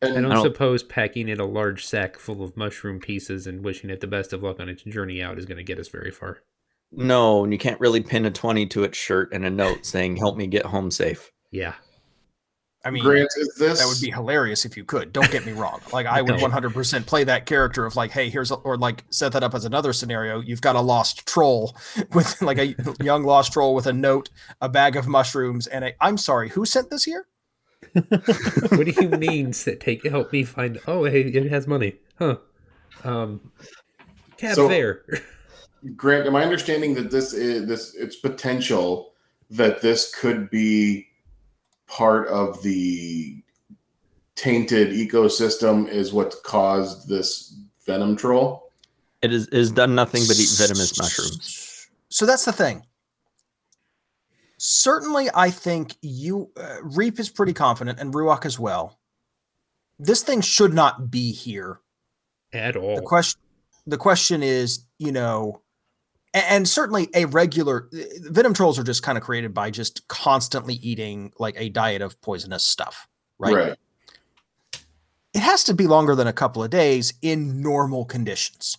Speaker 5: And
Speaker 7: I don't,
Speaker 4: I don't-
Speaker 7: suppose packing in a large sack full of mushroom pieces and wishing it the best of luck on its journey out is going to get us very far.
Speaker 4: No, and you can't really pin a 20 to its shirt and a note saying, Help me get home safe.
Speaker 7: Yeah.
Speaker 2: i mean
Speaker 5: Grant, is this
Speaker 2: That would be hilarious if you could. Don't get me wrong. Like I would
Speaker 7: No.
Speaker 2: 100% play that character of like, hey, here's a, or like set that up as another scenario. You've got a lost troll with like a young lost troll with a note, a bag of mushrooms, and a. I'm sorry, who sent this here?
Speaker 7: what do you mean? Sit, take help me find. Oh, hey, it has money, huh? Um, cab
Speaker 5: So-
Speaker 7: fare.
Speaker 5: Grant, am I understanding that this is this it's potential that this could be part of the tainted ecosystem is what's caused this venom troll?
Speaker 4: It is, is done nothing but eat venomous mushrooms.
Speaker 2: So that's the thing. Certainly, I think you uh, Reap is pretty confident, and Ruach as well. This thing should not be here
Speaker 7: At all.
Speaker 2: the question the question is you know a- and, certainly a regular venom trolls are just kind of created by just constantly eating like a diet of poisonous stuff right, it has to be longer than a couple of days in normal conditions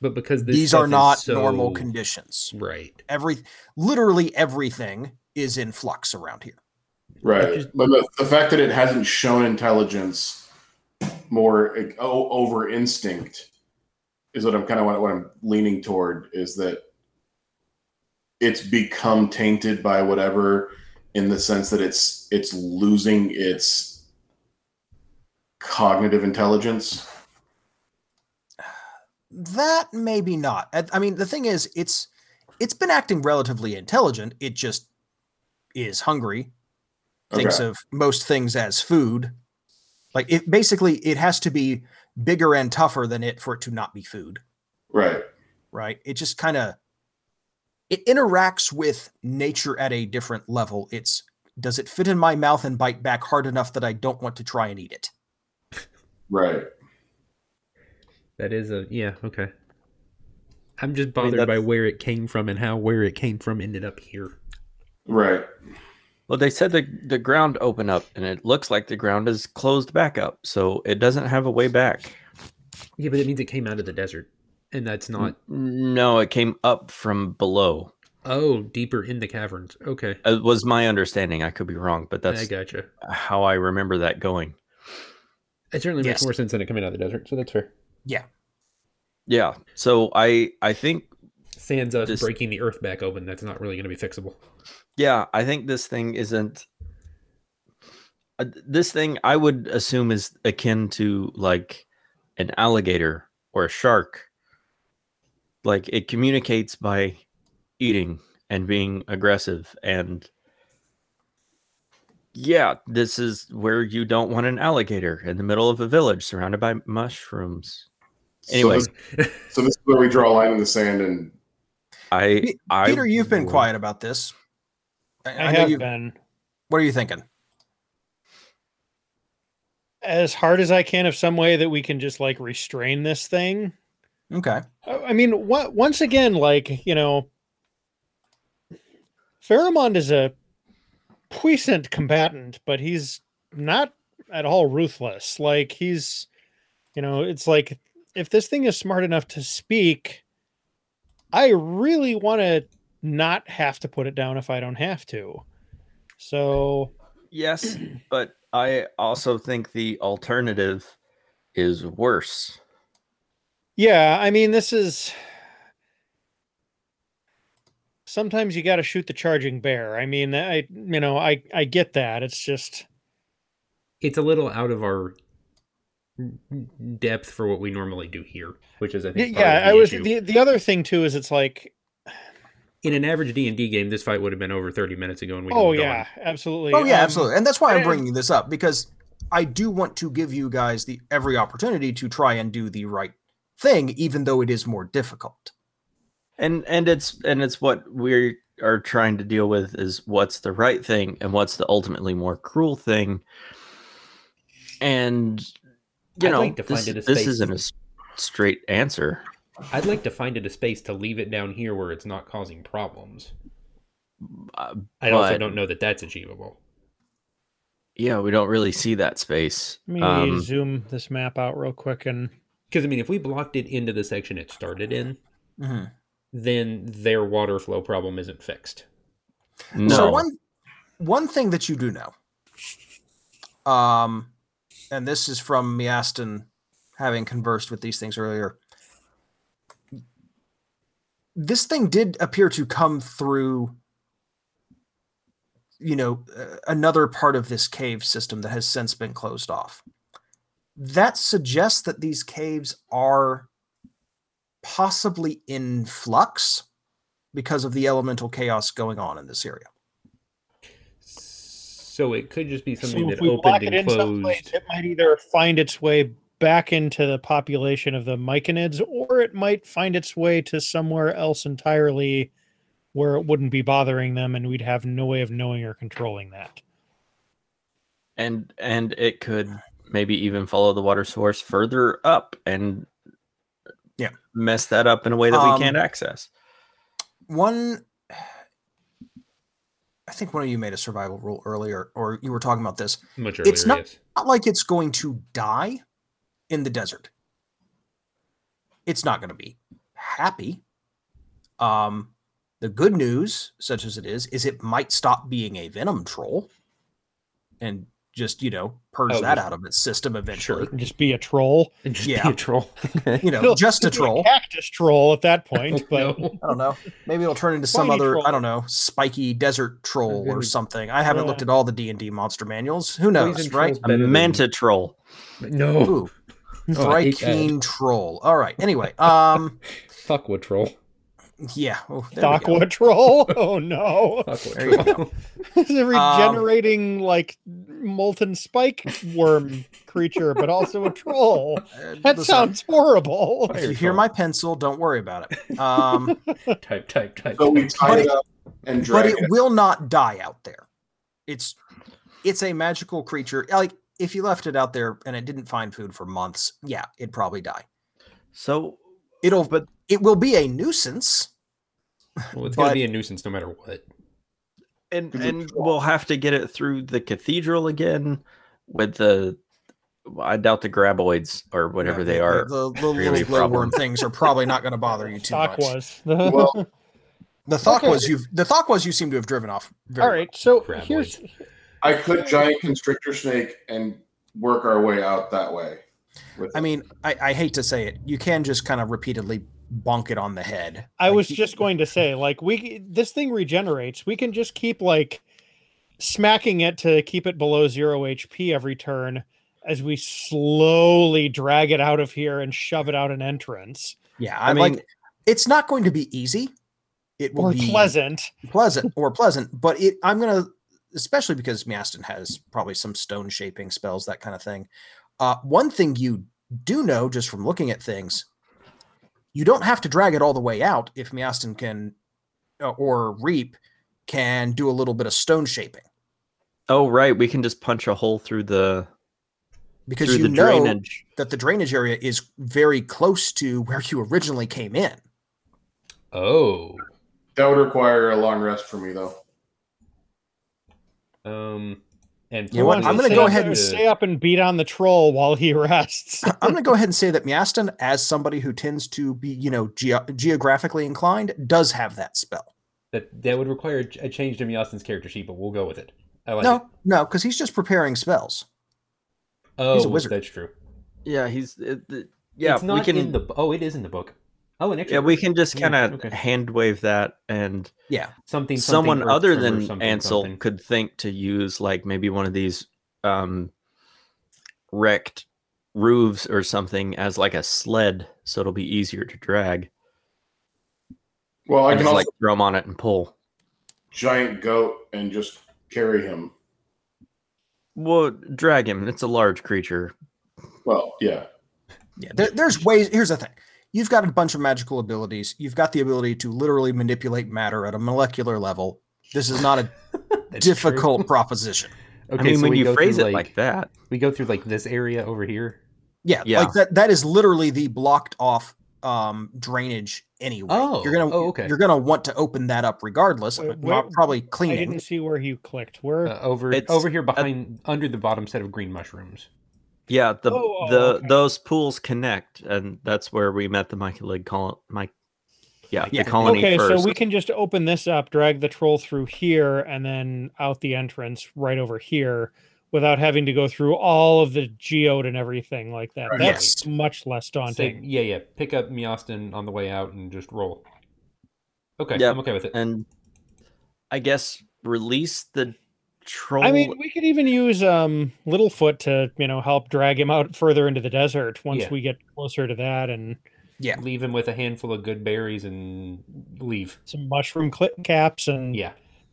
Speaker 7: but because this
Speaker 2: these
Speaker 7: stuff
Speaker 2: are
Speaker 7: is
Speaker 2: not
Speaker 7: so-
Speaker 2: normal conditions
Speaker 7: Right.
Speaker 2: every literally everything is in flux around here
Speaker 5: Right. but the, the fact that it hasn't shown intelligence more eh, o- over instinct is what I'm kind of what, what I'm leaning toward is that it's become tainted by whatever in the sense that it's it's losing its cognitive intelligence.
Speaker 2: that maybe not I, I mean the thing is it's it's been acting relatively intelligent it just is hungry, thinks of most things as food. Like it basically it has to be bigger and tougher than it for it to not be food,
Speaker 5: Right.
Speaker 2: right? It just kind of it interacts with nature at a different level. It's does it fit in my mouth and bite back hard enough that I don't want to try and eat it?
Speaker 5: Right.
Speaker 7: That is a yeah, okay. I'm just
Speaker 4: I mean,
Speaker 7: bothered by
Speaker 4: that's-
Speaker 7: where it came from and how where it came from ended up here.
Speaker 5: Right.
Speaker 4: Well, they said the the ground opened up, and it looks like the ground is closed back up, so it doesn't have a way back.
Speaker 7: Yeah, but it means it came out of the desert, and that's not
Speaker 4: No, it came up from below.
Speaker 7: oh deeper in the caverns. Okay,
Speaker 4: It was my understanding. I could be wrong, but
Speaker 7: I
Speaker 4: that's
Speaker 7: gotcha.
Speaker 4: how I remember that going.
Speaker 7: It certainly
Speaker 2: Yes.
Speaker 7: makes more sense than it coming out of the desert, so that's fair.
Speaker 4: Yeah. So I I think
Speaker 7: Sans us
Speaker 4: This-
Speaker 7: breaking the earth back open, that's not really going to be fixable.
Speaker 4: yeah, I think this thing isn't uh, this thing I would assume is akin to like an alligator or a shark. Like it communicates by eating and being aggressive and yeah, this is where you don't want an alligator in the middle of a village surrounded by mushrooms. Anyway.
Speaker 5: So this, so this is where we draw a line in the sand and
Speaker 4: I
Speaker 2: Pe-
Speaker 4: I
Speaker 2: Peter, you've been
Speaker 4: would-
Speaker 2: quiet about this. I,
Speaker 3: I,
Speaker 2: I know
Speaker 3: have
Speaker 2: you.
Speaker 3: been
Speaker 2: What are you thinking?
Speaker 3: as hard as I can of some way that we can just like restrain this thing.
Speaker 2: Okay.
Speaker 3: I I mean, what once again, like you know, Pharamond is a puissant combatant, but he's not at all ruthless. Like he's, you know, it's like if this thing is smart enough to speak, I really want to not have to put it down if I don't have to. So
Speaker 4: Yes, but I also think the alternative is worse.
Speaker 3: Yeah, I mean, this is sometimes you got to shoot the charging bear. I mean, I you know, I I get that. It's just
Speaker 7: It's a little out of our depth for what we normally do here, which is I think part of
Speaker 3: yeah.
Speaker 7: the
Speaker 3: I was
Speaker 7: issue.
Speaker 3: the the other thing too is it's like
Speaker 7: in an average D and D game, this fight would have been over 30 minutes ago, and we
Speaker 3: oh
Speaker 7: moved on.
Speaker 3: yeah, absolutely.
Speaker 2: Oh yeah,
Speaker 3: um,
Speaker 2: absolutely. And that's why I'm
Speaker 3: and-
Speaker 2: bringing this up because I do want to give you guys the every opportunity to try and do the right thing, even though it is more difficult.
Speaker 4: And and it's and it's what we are trying to deal with is what's the right thing and what's the ultimately more cruel thing. And you
Speaker 7: I'd
Speaker 4: know,
Speaker 7: like to find
Speaker 4: this,
Speaker 7: it a
Speaker 4: this
Speaker 7: space.
Speaker 4: isn't a s- straight answer.
Speaker 7: I'd like to find it a space to leave it down here where it's not causing problems.
Speaker 4: Uh,
Speaker 7: I also
Speaker 4: But-
Speaker 7: don't know that that's achievable.
Speaker 4: yeah, we don't really see that space.
Speaker 3: Let me
Speaker 4: Um,
Speaker 3: zoom this map out real quick and
Speaker 7: Because I mean, if we blocked it into the section it started in,
Speaker 3: Mm-hmm.
Speaker 2: hmm
Speaker 7: then their water flow problem isn't fixed.
Speaker 4: no,
Speaker 2: So one one thing that you do know, um, and this is from Miastin having conversed with these things earlier. This thing did appear to come through, you know, uh, another part of this cave system that has since been closed off. That suggests that these caves are possibly in flux because of the elemental chaos going on in this area.
Speaker 7: So it could just be something
Speaker 3: so if
Speaker 7: that
Speaker 3: we
Speaker 7: opened
Speaker 3: lock it
Speaker 7: and
Speaker 3: in someplace,
Speaker 7: closed.
Speaker 3: it might either find its way back into the population of the Myconids, or it might find its way to somewhere else entirely, where it wouldn't be bothering them, and we'd have no way of knowing or controlling that.
Speaker 4: and and it could maybe even follow the water source further up and
Speaker 2: Yeah.
Speaker 4: mess that up in a way that
Speaker 2: Um,
Speaker 4: we can't access
Speaker 2: one i think one of you made a survival rule earlier or you were talking about this
Speaker 7: Much earlier,
Speaker 2: It's not-
Speaker 7: yes.
Speaker 2: not like it's going to die in the desert it's not going to be happy um the good news such as it is is it might stop being a venom troll and just you know purge
Speaker 7: Oh,
Speaker 2: that
Speaker 7: yeah.
Speaker 2: out of its system eventually
Speaker 3: Just be a troll.
Speaker 7: And just be
Speaker 2: yeah.
Speaker 7: a troll.
Speaker 2: you know
Speaker 3: It'll-
Speaker 2: just a
Speaker 3: it'll be
Speaker 2: troll
Speaker 3: cactus troll at that point. But
Speaker 7: No.
Speaker 2: I don't know. Maybe it'll turn into some
Speaker 3: Spiny
Speaker 2: other
Speaker 3: troll.
Speaker 2: I don't know spiky desert troll or
Speaker 7: Mhm.
Speaker 2: something. I haven't
Speaker 3: Yeah.
Speaker 2: looked at all the D and D monster manuals. Who knows,
Speaker 7: Poison
Speaker 2: right?
Speaker 7: troll's
Speaker 4: a
Speaker 7: better than-
Speaker 4: manta troll
Speaker 7: No.
Speaker 2: Ooh,
Speaker 7: Oh, I hate that.
Speaker 2: Frykeen troll. All right. Anyway, um,
Speaker 7: Fuck with troll.
Speaker 2: Yeah. Oh, there we go.
Speaker 3: Aqua troll. Oh no!
Speaker 2: There you
Speaker 7: Aqua
Speaker 3: it's
Speaker 7: Um,
Speaker 3: a regenerating like molten spike worm creature, but also a troll.
Speaker 2: Uh,
Speaker 3: That
Speaker 2: listen,
Speaker 3: sounds horrible.
Speaker 2: If you hear my pencil, don't worry about it. Um,
Speaker 7: type, type, type.
Speaker 5: So we
Speaker 7: type.
Speaker 5: tie it up and
Speaker 2: but
Speaker 5: drag
Speaker 2: it
Speaker 5: it.
Speaker 2: will not die out there. It's it's a magical creature. Like if you left it out there and it didn't find food for months, yeah, it'd probably die.
Speaker 4: So
Speaker 2: It'll
Speaker 4: But-
Speaker 2: but it will be a nuisance.
Speaker 7: Well, it's going
Speaker 2: but-
Speaker 7: to be a nuisance no matter what.
Speaker 4: and
Speaker 5: Is it
Speaker 4: and
Speaker 5: strong?
Speaker 4: we'll have to get it through the cathedral again with the well, I doubt the graboids or whatever
Speaker 2: Yeah,
Speaker 4: they
Speaker 2: the-
Speaker 4: are.
Speaker 2: The, the little,
Speaker 4: really a
Speaker 2: little glow
Speaker 4: problem.
Speaker 2: worm things are probably not going to bother you too
Speaker 3: Stock
Speaker 2: much.
Speaker 3: was.
Speaker 5: Well,
Speaker 2: The thought
Speaker 3: Okay.
Speaker 2: was you. The thought was you seem to have driven off. Very
Speaker 3: All right, so
Speaker 7: Graboids.
Speaker 3: here's
Speaker 5: I could giant constrictor snake and work our way out that way. with
Speaker 2: I
Speaker 5: it.
Speaker 2: mean, I, I hate to say it. You can just kind of repeatedly bonk it on the head.
Speaker 3: I
Speaker 2: Like,
Speaker 3: was
Speaker 2: you-
Speaker 3: just going to say, like, we this thing regenerates. We can just keep like smacking it to keep it below zero HP every turn as we slowly drag it out of here and shove it out an entrance
Speaker 2: Yeah,
Speaker 4: I
Speaker 2: I
Speaker 4: mean,
Speaker 2: like. It's not going to be easy. It will
Speaker 3: or
Speaker 2: be
Speaker 3: pleasant.
Speaker 2: pleasant or pleasant, but it. I'm gonna, especially because Maston has probably some stone shaping spells, that kind of thing. Uh, one thing you do know just from looking at things, you don't have to drag it all the way out if Miastin can, uh, or Reap can do a little bit of stone shaping
Speaker 4: oh right, we can just punch a hole through the
Speaker 2: because
Speaker 4: through
Speaker 2: you
Speaker 4: the
Speaker 2: know
Speaker 4: drainage.
Speaker 2: that the drainage area is very close to where you originally came in.
Speaker 7: Oh.
Speaker 5: that would require a long rest for me, though.
Speaker 7: Um, and
Speaker 2: You know what?
Speaker 7: Paul is
Speaker 2: I'm gonna
Speaker 3: Stay
Speaker 2: go
Speaker 3: up
Speaker 2: ahead
Speaker 3: there-
Speaker 2: and-
Speaker 7: to-
Speaker 3: stay up and beat on the troll while he rests.
Speaker 2: I'm going to go ahead and say that Miastin, as somebody who tends to be, you know, ge- geographically inclined, does have that spell.
Speaker 7: That that would require a ch- a change to Miasin's character sheet, but we'll go with it. I like it.
Speaker 2: No, no, because he's just preparing spells.
Speaker 7: Oh,
Speaker 2: he's a wizard.
Speaker 7: that's true.
Speaker 4: Yeah, he's it, the, yeah.
Speaker 7: it's
Speaker 4: We
Speaker 7: not
Speaker 4: can
Speaker 7: in the. bu- Oh, it is in the book. Oh, an extra.
Speaker 4: yeah we can just
Speaker 7: Yeah,
Speaker 4: kind of
Speaker 7: okay.
Speaker 4: hand wave that and
Speaker 2: Yeah.
Speaker 7: something. something
Speaker 4: someone
Speaker 7: earth
Speaker 4: other
Speaker 7: tremor,
Speaker 4: than
Speaker 7: something,
Speaker 4: Ansel
Speaker 7: something.
Speaker 4: could think to use like maybe one of these um wrecked roofs or something as like a sled so it'll be easier to drag.
Speaker 5: Well, I
Speaker 4: I
Speaker 5: can
Speaker 4: just
Speaker 5: also
Speaker 4: like throw them on it and pull.
Speaker 5: giant goat and just carry him.
Speaker 4: Well, drag him. It's a large creature.
Speaker 5: Well, yeah.
Speaker 2: Yeah. There, there's ways. Here's the thing you've got a bunch of magical abilities, you've got the ability to literally manipulate matter at a molecular level. This is not a
Speaker 7: That's true.
Speaker 2: difficult proposition.
Speaker 7: Okay,
Speaker 4: I mean,
Speaker 7: so
Speaker 4: when
Speaker 7: we
Speaker 4: you
Speaker 7: go
Speaker 4: phrase
Speaker 7: through,
Speaker 4: it like that,
Speaker 7: we go through like this area over here.
Speaker 2: Yeah,
Speaker 4: Yeah.
Speaker 2: like that that is literally the blocked off um drainage anyway.
Speaker 7: Oh,
Speaker 2: you're gonna
Speaker 7: oh, okay.
Speaker 2: you're gonna want to open that up regardless.
Speaker 3: Wait,
Speaker 2: but
Speaker 3: where-
Speaker 2: not probably
Speaker 3: I
Speaker 2: cleaning.
Speaker 3: didn't see where you clicked. Where?
Speaker 7: Uh, over
Speaker 4: It's-
Speaker 7: over here behind under the bottom set of green mushrooms.
Speaker 4: yeah, the
Speaker 3: Oh, oh,
Speaker 4: the
Speaker 3: okay.
Speaker 4: those pools connect, and that's where we met the Michaelid colon. Mike, yeah,
Speaker 2: Yeah.
Speaker 4: the colony
Speaker 3: okay,
Speaker 4: first.
Speaker 3: so we can just open this up, drag the troll through here, and then out the entrance right over here without having to go through all of the geode and everything like that.
Speaker 5: Right.
Speaker 2: Yes.
Speaker 3: That's much less
Speaker 7: Say,
Speaker 3: daunting.
Speaker 7: yeah, yeah. Pick up Miastin on the way out and just roll. Okay,
Speaker 4: Yeah,
Speaker 7: I'm okay with it.
Speaker 4: and I guess release the troll.
Speaker 3: I mean, we could even use um, Littlefoot to, you know, help drag him out further into the desert once
Speaker 7: Yeah.
Speaker 3: we get closer to that and
Speaker 2: yeah.
Speaker 7: Leave him with a handful of good berries and leave.
Speaker 3: some mushroom cli caps and
Speaker 7: Yeah,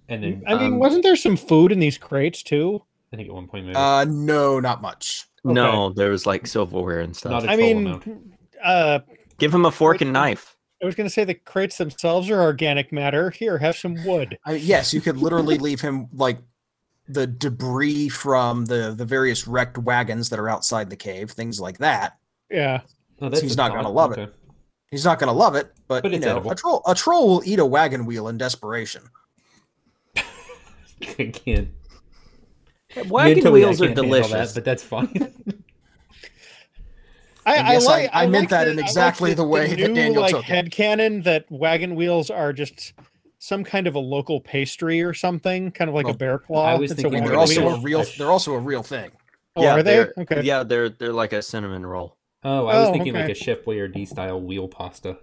Speaker 7: and then
Speaker 3: I mean,
Speaker 4: um,
Speaker 3: wasn't there some food in these crates too?
Speaker 7: I think at one point maybe
Speaker 2: Uh no, not much.
Speaker 4: no, there was like silverware and
Speaker 7: Not
Speaker 4: stuff.
Speaker 7: a
Speaker 3: I
Speaker 7: troll
Speaker 3: mean, uh,
Speaker 4: Give him a fork and
Speaker 3: Like-
Speaker 4: knife.
Speaker 3: I was going to say the crates themselves are organic matter. Here, have some wood.
Speaker 2: I mean, yes, you could literally leave him like the debris from the the various wrecked wagons that are outside the cave, things like that.
Speaker 3: Yeah.
Speaker 7: No,
Speaker 2: he's
Speaker 7: a
Speaker 2: not
Speaker 7: thought.
Speaker 2: gonna love it.
Speaker 7: Okay.
Speaker 2: He's not gonna love it, but,
Speaker 7: But
Speaker 2: you
Speaker 7: it's
Speaker 2: know,
Speaker 7: edible.
Speaker 2: a troll a troll will eat a wagon wheel in desperation.
Speaker 7: I can't.
Speaker 4: Wagon
Speaker 7: mentally, I
Speaker 4: wheels are
Speaker 7: can't handle that,
Speaker 4: delicious.
Speaker 7: but that's fine.
Speaker 3: I,
Speaker 2: And
Speaker 3: I
Speaker 2: yes, I-
Speaker 3: like.
Speaker 2: I meant
Speaker 3: like
Speaker 2: that
Speaker 3: the-
Speaker 2: in
Speaker 3: I like
Speaker 2: exactly the way that
Speaker 3: new,
Speaker 2: Daniel
Speaker 3: like
Speaker 2: took it.
Speaker 3: headcanon that wagon wheels are just some kind of a local pastry or something, kind of like a
Speaker 2: Well,
Speaker 3: bear claw.
Speaker 7: I was
Speaker 3: It's a
Speaker 7: thinking
Speaker 2: And
Speaker 7: Wagon
Speaker 2: they're also
Speaker 7: wheel.
Speaker 2: a real they're also a real thing.
Speaker 3: Oh, are they?
Speaker 4: they're-
Speaker 3: Okay.
Speaker 4: Yeah, they're they're like a cinnamon roll.
Speaker 7: Oh, I was
Speaker 3: Oh,
Speaker 7: thinking
Speaker 3: okay.
Speaker 7: like a Chef Boyardee style wheel pasta.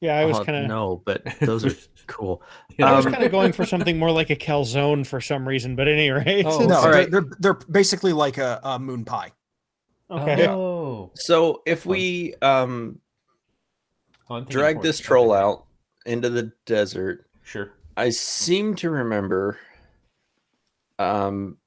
Speaker 3: Yeah, I was
Speaker 4: Oh,
Speaker 3: kind of.
Speaker 4: no, but those are cool.
Speaker 3: I was
Speaker 4: Um,
Speaker 3: kind of going for something more like a calzone for some reason, but at any rate.
Speaker 7: Oh,
Speaker 2: No,
Speaker 4: all
Speaker 2: they're-
Speaker 4: right.
Speaker 2: they're, they're basically like a, a moon pie.
Speaker 3: okay.
Speaker 7: Oh,
Speaker 4: So if
Speaker 7: Fun.
Speaker 4: we um
Speaker 7: on thinking
Speaker 4: drag
Speaker 7: forward.
Speaker 4: this
Speaker 7: Okay.
Speaker 4: troll out into the desert.
Speaker 7: Sure.
Speaker 4: I seem to remember um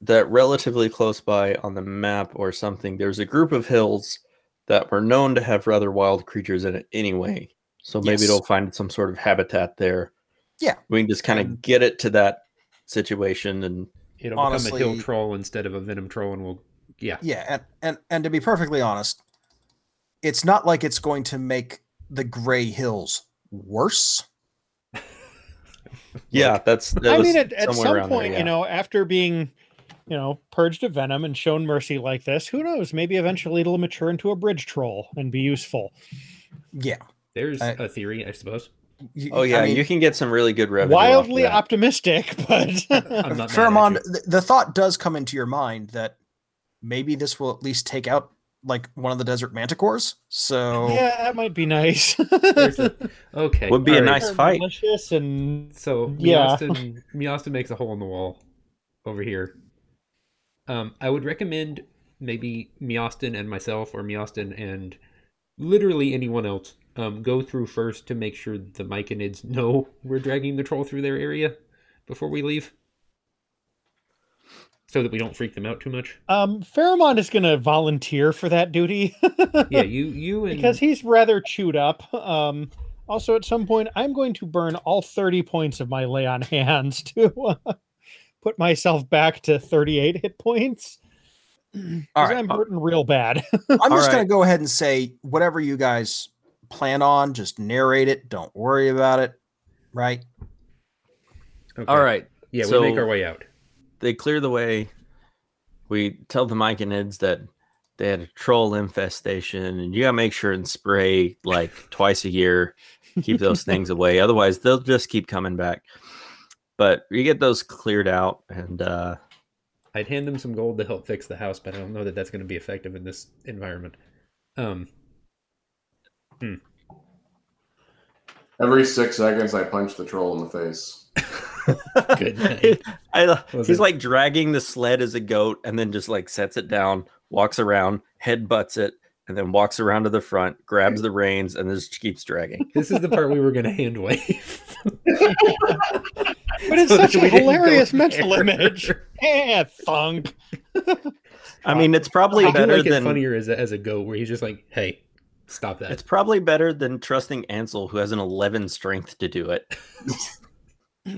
Speaker 4: that relatively close by on the map or something there's a group of hills that were known to have rather wild creatures in it anyway. So maybe
Speaker 2: Yes.
Speaker 4: it'll find some sort of habitat there.
Speaker 2: Yeah.
Speaker 4: We can just kind of
Speaker 2: And-
Speaker 4: get it to that situation and
Speaker 7: It'll become a
Speaker 2: Honestly-
Speaker 7: hill troll instead of a venom troll, and we'll. Yeah.
Speaker 2: Yeah, and, and and to be perfectly honest, it's not like it's going to make the gray hills worse.
Speaker 4: yeah, that's that
Speaker 3: I
Speaker 4: was
Speaker 3: mean, at, at
Speaker 4: somewhere
Speaker 3: some
Speaker 4: around
Speaker 3: point,
Speaker 4: there, yeah.
Speaker 3: you know, after being, you know, purged of venom and shown mercy like this, who knows? Maybe eventually it'll mature into a bridge troll and be useful.
Speaker 2: Yeah.
Speaker 7: There's
Speaker 2: I-
Speaker 7: a theory, I suppose.
Speaker 2: You-
Speaker 4: Oh
Speaker 2: I
Speaker 4: yeah,
Speaker 2: mean,
Speaker 4: you can get some really good revenue. off of
Speaker 3: Wildly
Speaker 4: that.
Speaker 3: optimistic, but
Speaker 7: I'm not mad at
Speaker 2: Pheromone,
Speaker 7: you.
Speaker 2: th- the thought does come into your mind that maybe this will at least take out like one of the desert manticores. So
Speaker 3: yeah, that might be nice.
Speaker 7: There's a- okay.
Speaker 4: Would be a
Speaker 7: all
Speaker 4: nice fight.
Speaker 3: Malicious and
Speaker 7: So
Speaker 3: Yeah.
Speaker 7: Miastin, Miastin makes a hole in the wall over here. Um, I would recommend maybe Miastin and myself, or Miastin and literally anyone else, um, go through first to make sure the Myconids know we're dragging the troll through their area before we leave, so that we don't freak them out too much.
Speaker 3: um, Pheromon is going to volunteer for that duty.
Speaker 7: Yeah, you, you, and
Speaker 3: because he's rather chewed up. Um, also, at some point, I'm going to burn all 30 points of my lay on hands to uh, put myself back to 38 hit points.
Speaker 2: all
Speaker 3: 'Cause
Speaker 2: right,
Speaker 3: I'm hurting real bad.
Speaker 2: I'm
Speaker 4: All
Speaker 2: just gonna
Speaker 4: right.
Speaker 2: go ahead and say whatever you guys plan on, just narrate it. Don't worry about it. Right?
Speaker 7: Okay.
Speaker 4: All right.
Speaker 7: Yeah,
Speaker 4: so-
Speaker 7: we make our way out.
Speaker 4: they clear the way. We tell the Myconids that they had a troll infestation, and you gotta make sure and spray like twice a year, keep those things away. Otherwise, they'll just keep coming back. But you get those cleared out, and uh,
Speaker 7: I'd hand them some gold to help fix the house, but I don't know that that's going to be effective in this environment. Um,
Speaker 5: Every six seconds, I punch the troll in the face.
Speaker 7: Good night.
Speaker 4: I, lo-
Speaker 7: Was
Speaker 4: he's
Speaker 7: it-
Speaker 4: like dragging the sled as a goat, and then just like sets it down, walks around, head butts it, and then walks around to the front, grabs the reins, and just keeps dragging.
Speaker 7: This is the part we were going to hand wave.
Speaker 3: But it's
Speaker 7: So that
Speaker 3: such a
Speaker 7: we didn't go
Speaker 3: hilarious mental
Speaker 7: there.
Speaker 3: image. Eh, thunk.
Speaker 4: I mean, it's probably
Speaker 7: I do
Speaker 4: better
Speaker 7: like it
Speaker 4: than
Speaker 7: funnier as a, as a goat, where he's just like, "Hey, stop that."
Speaker 4: It's probably better than trusting Ansel, who has an 11 strength to do it.
Speaker 5: I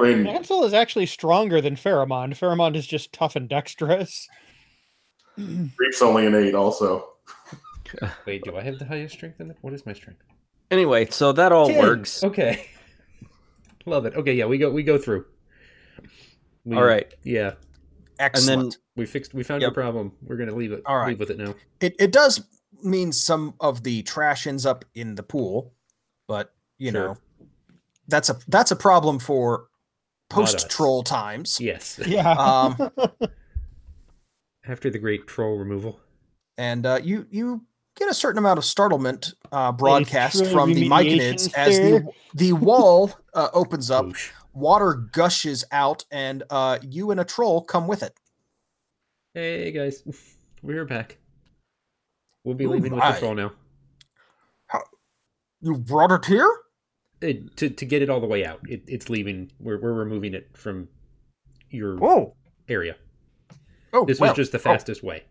Speaker 5: mean,
Speaker 3: Ansel is actually stronger than Pheromon. Pheromon is just tough and dexterous.
Speaker 5: Reap's only an eight, also.
Speaker 7: Wait, do I have the highest strength in the? What is my strength?
Speaker 4: Anyway, so that all
Speaker 7: Ten.
Speaker 4: works.
Speaker 7: Okay. Love it. Okay, yeah, we go we go through. We-
Speaker 4: All right.
Speaker 7: Yeah,
Speaker 4: And
Speaker 2: Excellent.
Speaker 4: then
Speaker 7: we fixed. We found
Speaker 4: Yep.
Speaker 7: your problem. We're gonna leave it.
Speaker 2: All right.
Speaker 7: Leave with it now.
Speaker 2: it, it does mean some of the trash ends up in the pool, but you
Speaker 7: Sure.
Speaker 2: know that's a that's a problem for
Speaker 7: Not us.
Speaker 2: post troll times.
Speaker 7: Yes.
Speaker 3: Yeah.
Speaker 2: Um,
Speaker 7: After the great troll removal.
Speaker 2: and uh, you you get a certain amount of startlement uh, broadcast
Speaker 3: troll
Speaker 2: from the Myconids
Speaker 3: remediation,
Speaker 2: as
Speaker 3: sir.
Speaker 2: the the wall uh, opens up,
Speaker 7: Whoosh.
Speaker 2: water gushes out, and uh, you and a troll come with it.
Speaker 7: Hey guys, we're back. We'll be
Speaker 2: All
Speaker 7: leaving with
Speaker 2: right.
Speaker 7: the troll now.
Speaker 2: You brought it here.
Speaker 7: It, to to get it all the way out. It, it's leaving. We're we're removing it from your
Speaker 2: Whoa!
Speaker 7: area.
Speaker 2: Oh,
Speaker 7: This
Speaker 2: well,
Speaker 7: was just the
Speaker 2: oh,
Speaker 7: fastest way.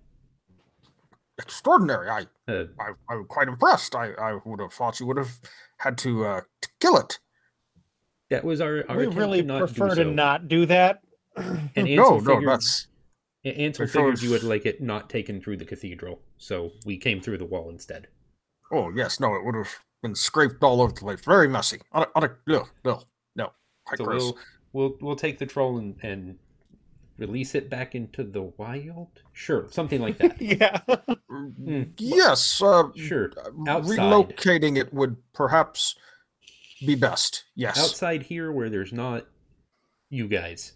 Speaker 2: extraordinary. I
Speaker 7: Uh,
Speaker 2: I, I'm quite impressed. I, I would have thought you would have had to, uh, to kill it.
Speaker 7: that was our. our
Speaker 3: we
Speaker 7: attempt
Speaker 3: really
Speaker 7: to not
Speaker 3: prefer
Speaker 7: do
Speaker 3: to
Speaker 7: so.
Speaker 3: not do that.
Speaker 7: And Ansel
Speaker 2: no,
Speaker 7: figured,
Speaker 2: no, that's
Speaker 7: A- Ansel
Speaker 2: that
Speaker 7: figured
Speaker 2: sounds-
Speaker 7: you would like it not taken through the cathedral, so we came through the wall instead.
Speaker 2: oh yes, no, it would have been scraped all over the place. Very messy. On a, on a, no, no, no, quite
Speaker 7: So
Speaker 2: gross.
Speaker 7: we'll we'll we'll take the troll and, and release it back into the wild. Sure, something like that.
Speaker 3: yeah.
Speaker 7: Mm,
Speaker 2: Yes, uh,
Speaker 7: sure.
Speaker 2: uh,
Speaker 7: outside.
Speaker 2: relocating it would perhaps be best. Yes,
Speaker 7: Outside here, where there's not you guys,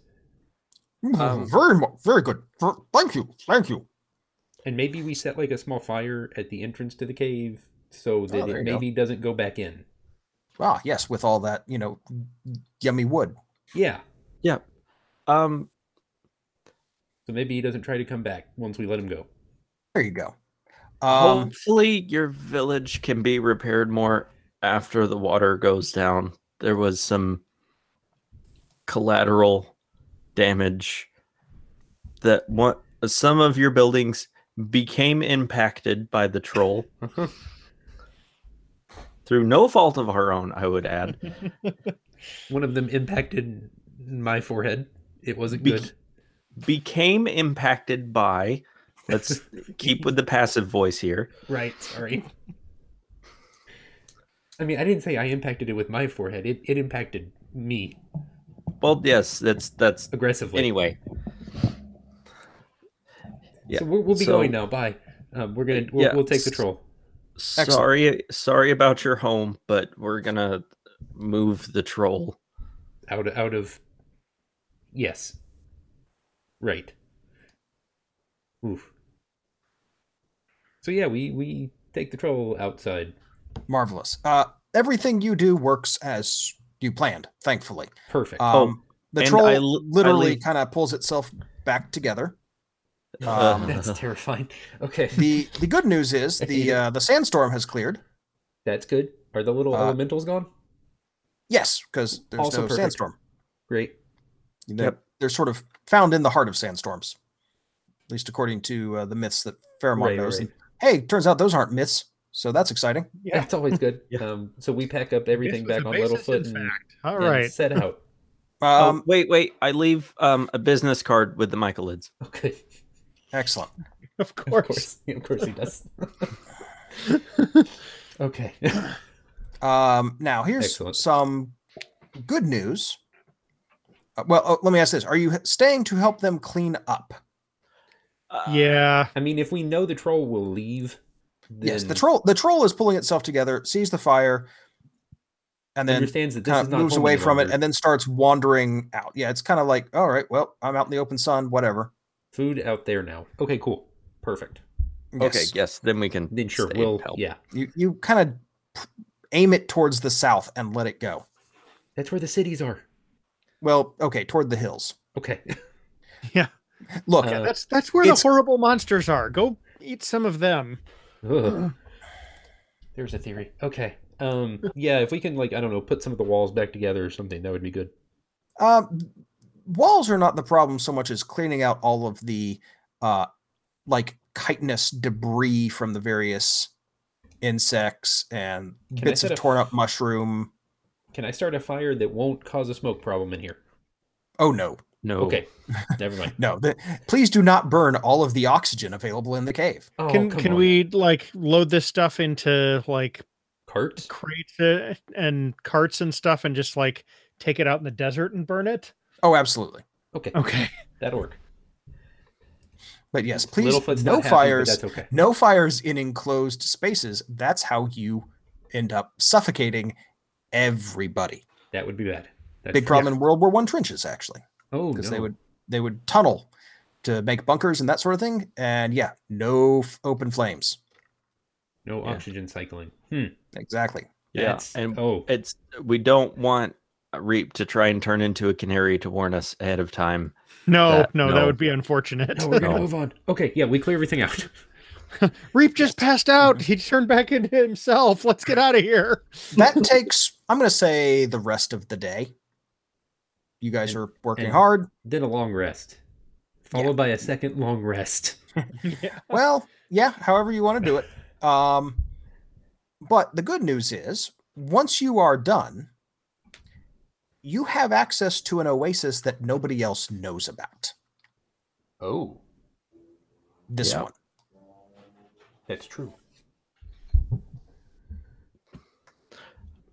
Speaker 2: Mm,
Speaker 4: Um,
Speaker 2: very mu- very good. Ver- Thank you, thank you.
Speaker 7: and maybe we set like a small fire at the entrance to the cave so that
Speaker 2: there
Speaker 7: it
Speaker 2: you go.
Speaker 7: maybe doesn't Oh, go back in.
Speaker 2: Ah, yes, with all that you know, yummy wood.
Speaker 7: Yeah.
Speaker 4: um,
Speaker 7: So maybe he doesn't try to come back once we let him go.
Speaker 2: There you go. Um,
Speaker 4: Hopefully, your village can be repaired more after the water goes down. There was some collateral damage that one, some of your buildings became impacted by the troll through no fault of our own, I would add.
Speaker 7: One of them impacted my forehead. It wasn't
Speaker 4: Be-
Speaker 7: good.
Speaker 4: became impacted by. Let's keep with the passive voice here.
Speaker 7: Right, sorry. I mean, I didn't say I impacted it with my forehead. It, it impacted me
Speaker 4: Well, yes, that's that's
Speaker 7: aggressively.
Speaker 4: anyway. yeah,
Speaker 7: so we'll, we'll be
Speaker 4: so-
Speaker 7: going now. Bye. Um, we're gonna we'll,
Speaker 4: Yeah,
Speaker 7: we'll take the
Speaker 4: s-
Speaker 7: troll.
Speaker 2: Excellent.
Speaker 4: Sorry, sorry about your home, but we're gonna move the troll.
Speaker 7: out out of yes right oof so yeah we we take the troll outside
Speaker 2: marvelous. Uh, everything you do works as you planned, thankfully.
Speaker 7: perfect
Speaker 2: Um,
Speaker 4: Oh,
Speaker 2: the
Speaker 4: and
Speaker 2: troll
Speaker 4: I l- I
Speaker 2: literally
Speaker 4: leave-
Speaker 2: kind of pulls itself back together.
Speaker 4: Uh,
Speaker 2: Um,
Speaker 7: that's terrifying okay
Speaker 2: the the good news is the uh, the sandstorm has cleared.
Speaker 7: that's good are the little
Speaker 2: Uh,
Speaker 7: elementals gone
Speaker 2: Yes, because there's
Speaker 7: Also
Speaker 2: no
Speaker 7: perfect.
Speaker 2: sandstorm.
Speaker 7: great
Speaker 2: They're, they're sort of found in the heart of sandstorms, at least according to uh, the myths that Fairmont
Speaker 7: Right,
Speaker 2: knows.
Speaker 7: right.
Speaker 2: And, hey, turns out those aren't myths, so that's exciting.
Speaker 3: Yeah.
Speaker 7: that's always good
Speaker 4: Yeah.
Speaker 7: um so we pack up everything
Speaker 8: This was
Speaker 7: back on
Speaker 8: a basis
Speaker 7: littlefoot
Speaker 8: in
Speaker 7: and,
Speaker 8: fact.
Speaker 3: All
Speaker 7: and
Speaker 3: right.
Speaker 7: set out
Speaker 4: oh,
Speaker 2: Um,
Speaker 4: wait, wait! I leave um, a business card with the Michael lids.
Speaker 7: okay
Speaker 2: Excellent.
Speaker 3: Of course.
Speaker 7: of course Yeah, of course he does okay
Speaker 2: Um, now here's
Speaker 7: Excellent.
Speaker 2: some good news. Uh, well, oh, let me ask this: Are you h- staying to help them clean up?
Speaker 4: Uh,
Speaker 3: Yeah.
Speaker 7: i mean if we know the troll will leave
Speaker 2: yes, the
Speaker 7: then
Speaker 2: troll the troll is pulling itself together, sees the fire, and then
Speaker 7: understands that this
Speaker 2: kind
Speaker 7: is
Speaker 2: of
Speaker 7: not
Speaker 2: moves
Speaker 7: home
Speaker 2: away
Speaker 7: any
Speaker 2: from it
Speaker 7: longer.
Speaker 2: and then starts wandering out. Yeah, it's kind of like, all right, well, I'm out in the open sun, whatever.
Speaker 7: food out there now. Okay, cool. Perfect.
Speaker 4: Okay.
Speaker 2: Yes.
Speaker 4: Yes. Then we can.
Speaker 7: Then sure,
Speaker 4: stay
Speaker 7: we'll
Speaker 4: and help.
Speaker 7: yeah.
Speaker 2: You you kind of aim it towards the south and let it go.
Speaker 7: That's where the cities are.
Speaker 2: Well, okay, toward the hills.
Speaker 7: Okay.
Speaker 2: Look,
Speaker 7: Uh,
Speaker 3: That's that's where the
Speaker 2: It's-
Speaker 3: horrible monsters are. Go eat some of them.
Speaker 7: Ugh. There's a theory. Okay. Um yeah, if we can like I don't know, put some of the walls back together or something, that would be good.
Speaker 2: um, walls are not the problem so much as cleaning out all of the uh, like chitinous debris from the various insects and
Speaker 7: Can I
Speaker 2: bits
Speaker 7: set
Speaker 2: of
Speaker 7: a-
Speaker 2: torn up mushroom.
Speaker 7: Can I start a fire that won't cause a smoke problem in here?
Speaker 2: Oh no,
Speaker 4: No.
Speaker 7: Okay. Never mind.
Speaker 2: no! th- please do not burn all of the oxygen available in the cave.
Speaker 7: Oh,
Speaker 3: can
Speaker 7: come
Speaker 3: can
Speaker 7: on.
Speaker 3: we like load this stuff into like
Speaker 7: carts?
Speaker 3: crates uh, and carts and stuff and just like take it out in the desert and burn it?
Speaker 2: Oh, absolutely.
Speaker 7: Okay.
Speaker 3: Okay.
Speaker 7: That'll work.
Speaker 2: But yes, please
Speaker 7: Littlefoot's not
Speaker 2: no
Speaker 7: happy, but
Speaker 2: fires,
Speaker 7: that's okay.
Speaker 2: no fires in enclosed spaces. That's how you end up suffocating everybody.
Speaker 7: That would be bad. That's
Speaker 2: Big problem in World War One trenches actually,
Speaker 7: Oh no.
Speaker 2: because they would they would tunnel to make bunkers and that sort of thing. And yeah, no f- open flames.
Speaker 7: no
Speaker 4: Yeah.
Speaker 7: oxygen cycling. Hmm.
Speaker 2: Exactly.
Speaker 4: Yeah.
Speaker 7: That's-
Speaker 4: And
Speaker 7: oh
Speaker 4: it's we don't want Reap to try and turn into a canary to warn us ahead of time.
Speaker 3: No,
Speaker 4: That-
Speaker 3: no, that
Speaker 4: no.
Speaker 3: would be unfortunate.
Speaker 7: no, we're gonna
Speaker 4: no.
Speaker 7: move on. Okay, yeah, we clear everything out.
Speaker 3: Reap just passed out. He turned back into himself. Let's get out of here.
Speaker 2: That takes I'm going to say the rest of the day. You guys are working
Speaker 7: and-
Speaker 2: hard.
Speaker 7: then a long rest, followed by a second long rest.
Speaker 3: Yeah.
Speaker 2: well, yeah, however you want to do it. Um, but the good news is, once you are done, you have access to an oasis that nobody else knows about.
Speaker 7: Oh,
Speaker 2: This
Speaker 4: Yeah.
Speaker 2: one.
Speaker 7: that's true.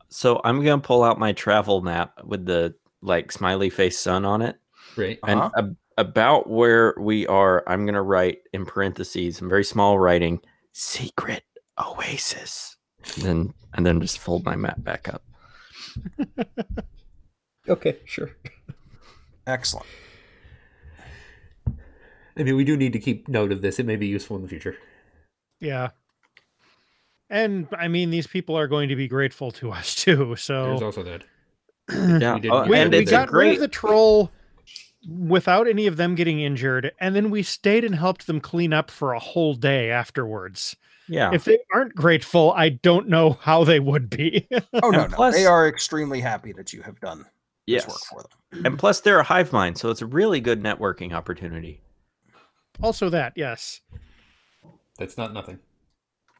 Speaker 4: So I'm gonna pull out my travel map with the like smiley face sun on it.
Speaker 7: Right.
Speaker 4: and
Speaker 2: Uh-huh.
Speaker 4: ab- about where we are i'm going to write in parentheses in very small writing secret oasis and then and then just fold my map back up
Speaker 7: Okay, sure.
Speaker 2: Excellent.
Speaker 7: I mean, we do need to keep note of this. It may be useful in the future.
Speaker 3: Yeah. And I mean, these people are going to be grateful to us too.
Speaker 7: There's
Speaker 3: So
Speaker 7: also that.
Speaker 4: yeah
Speaker 7: We did
Speaker 4: oh,
Speaker 7: not
Speaker 3: we,
Speaker 4: and
Speaker 3: we
Speaker 4: it's
Speaker 3: got rid
Speaker 4: great
Speaker 3: of the troll without any of them getting injured, and then we stayed and helped them clean up for a whole day afterwards.
Speaker 4: Yeah.
Speaker 3: If they aren't grateful, I don't know how they would be.
Speaker 2: Oh no,
Speaker 4: And
Speaker 2: no,
Speaker 4: plus-
Speaker 2: they are extremely happy that you have done this work
Speaker 4: yes.
Speaker 2: for them.
Speaker 4: And plus, they're a hive mind, so it's a really good networking opportunity.
Speaker 3: also, that yes,
Speaker 7: That's not nothing.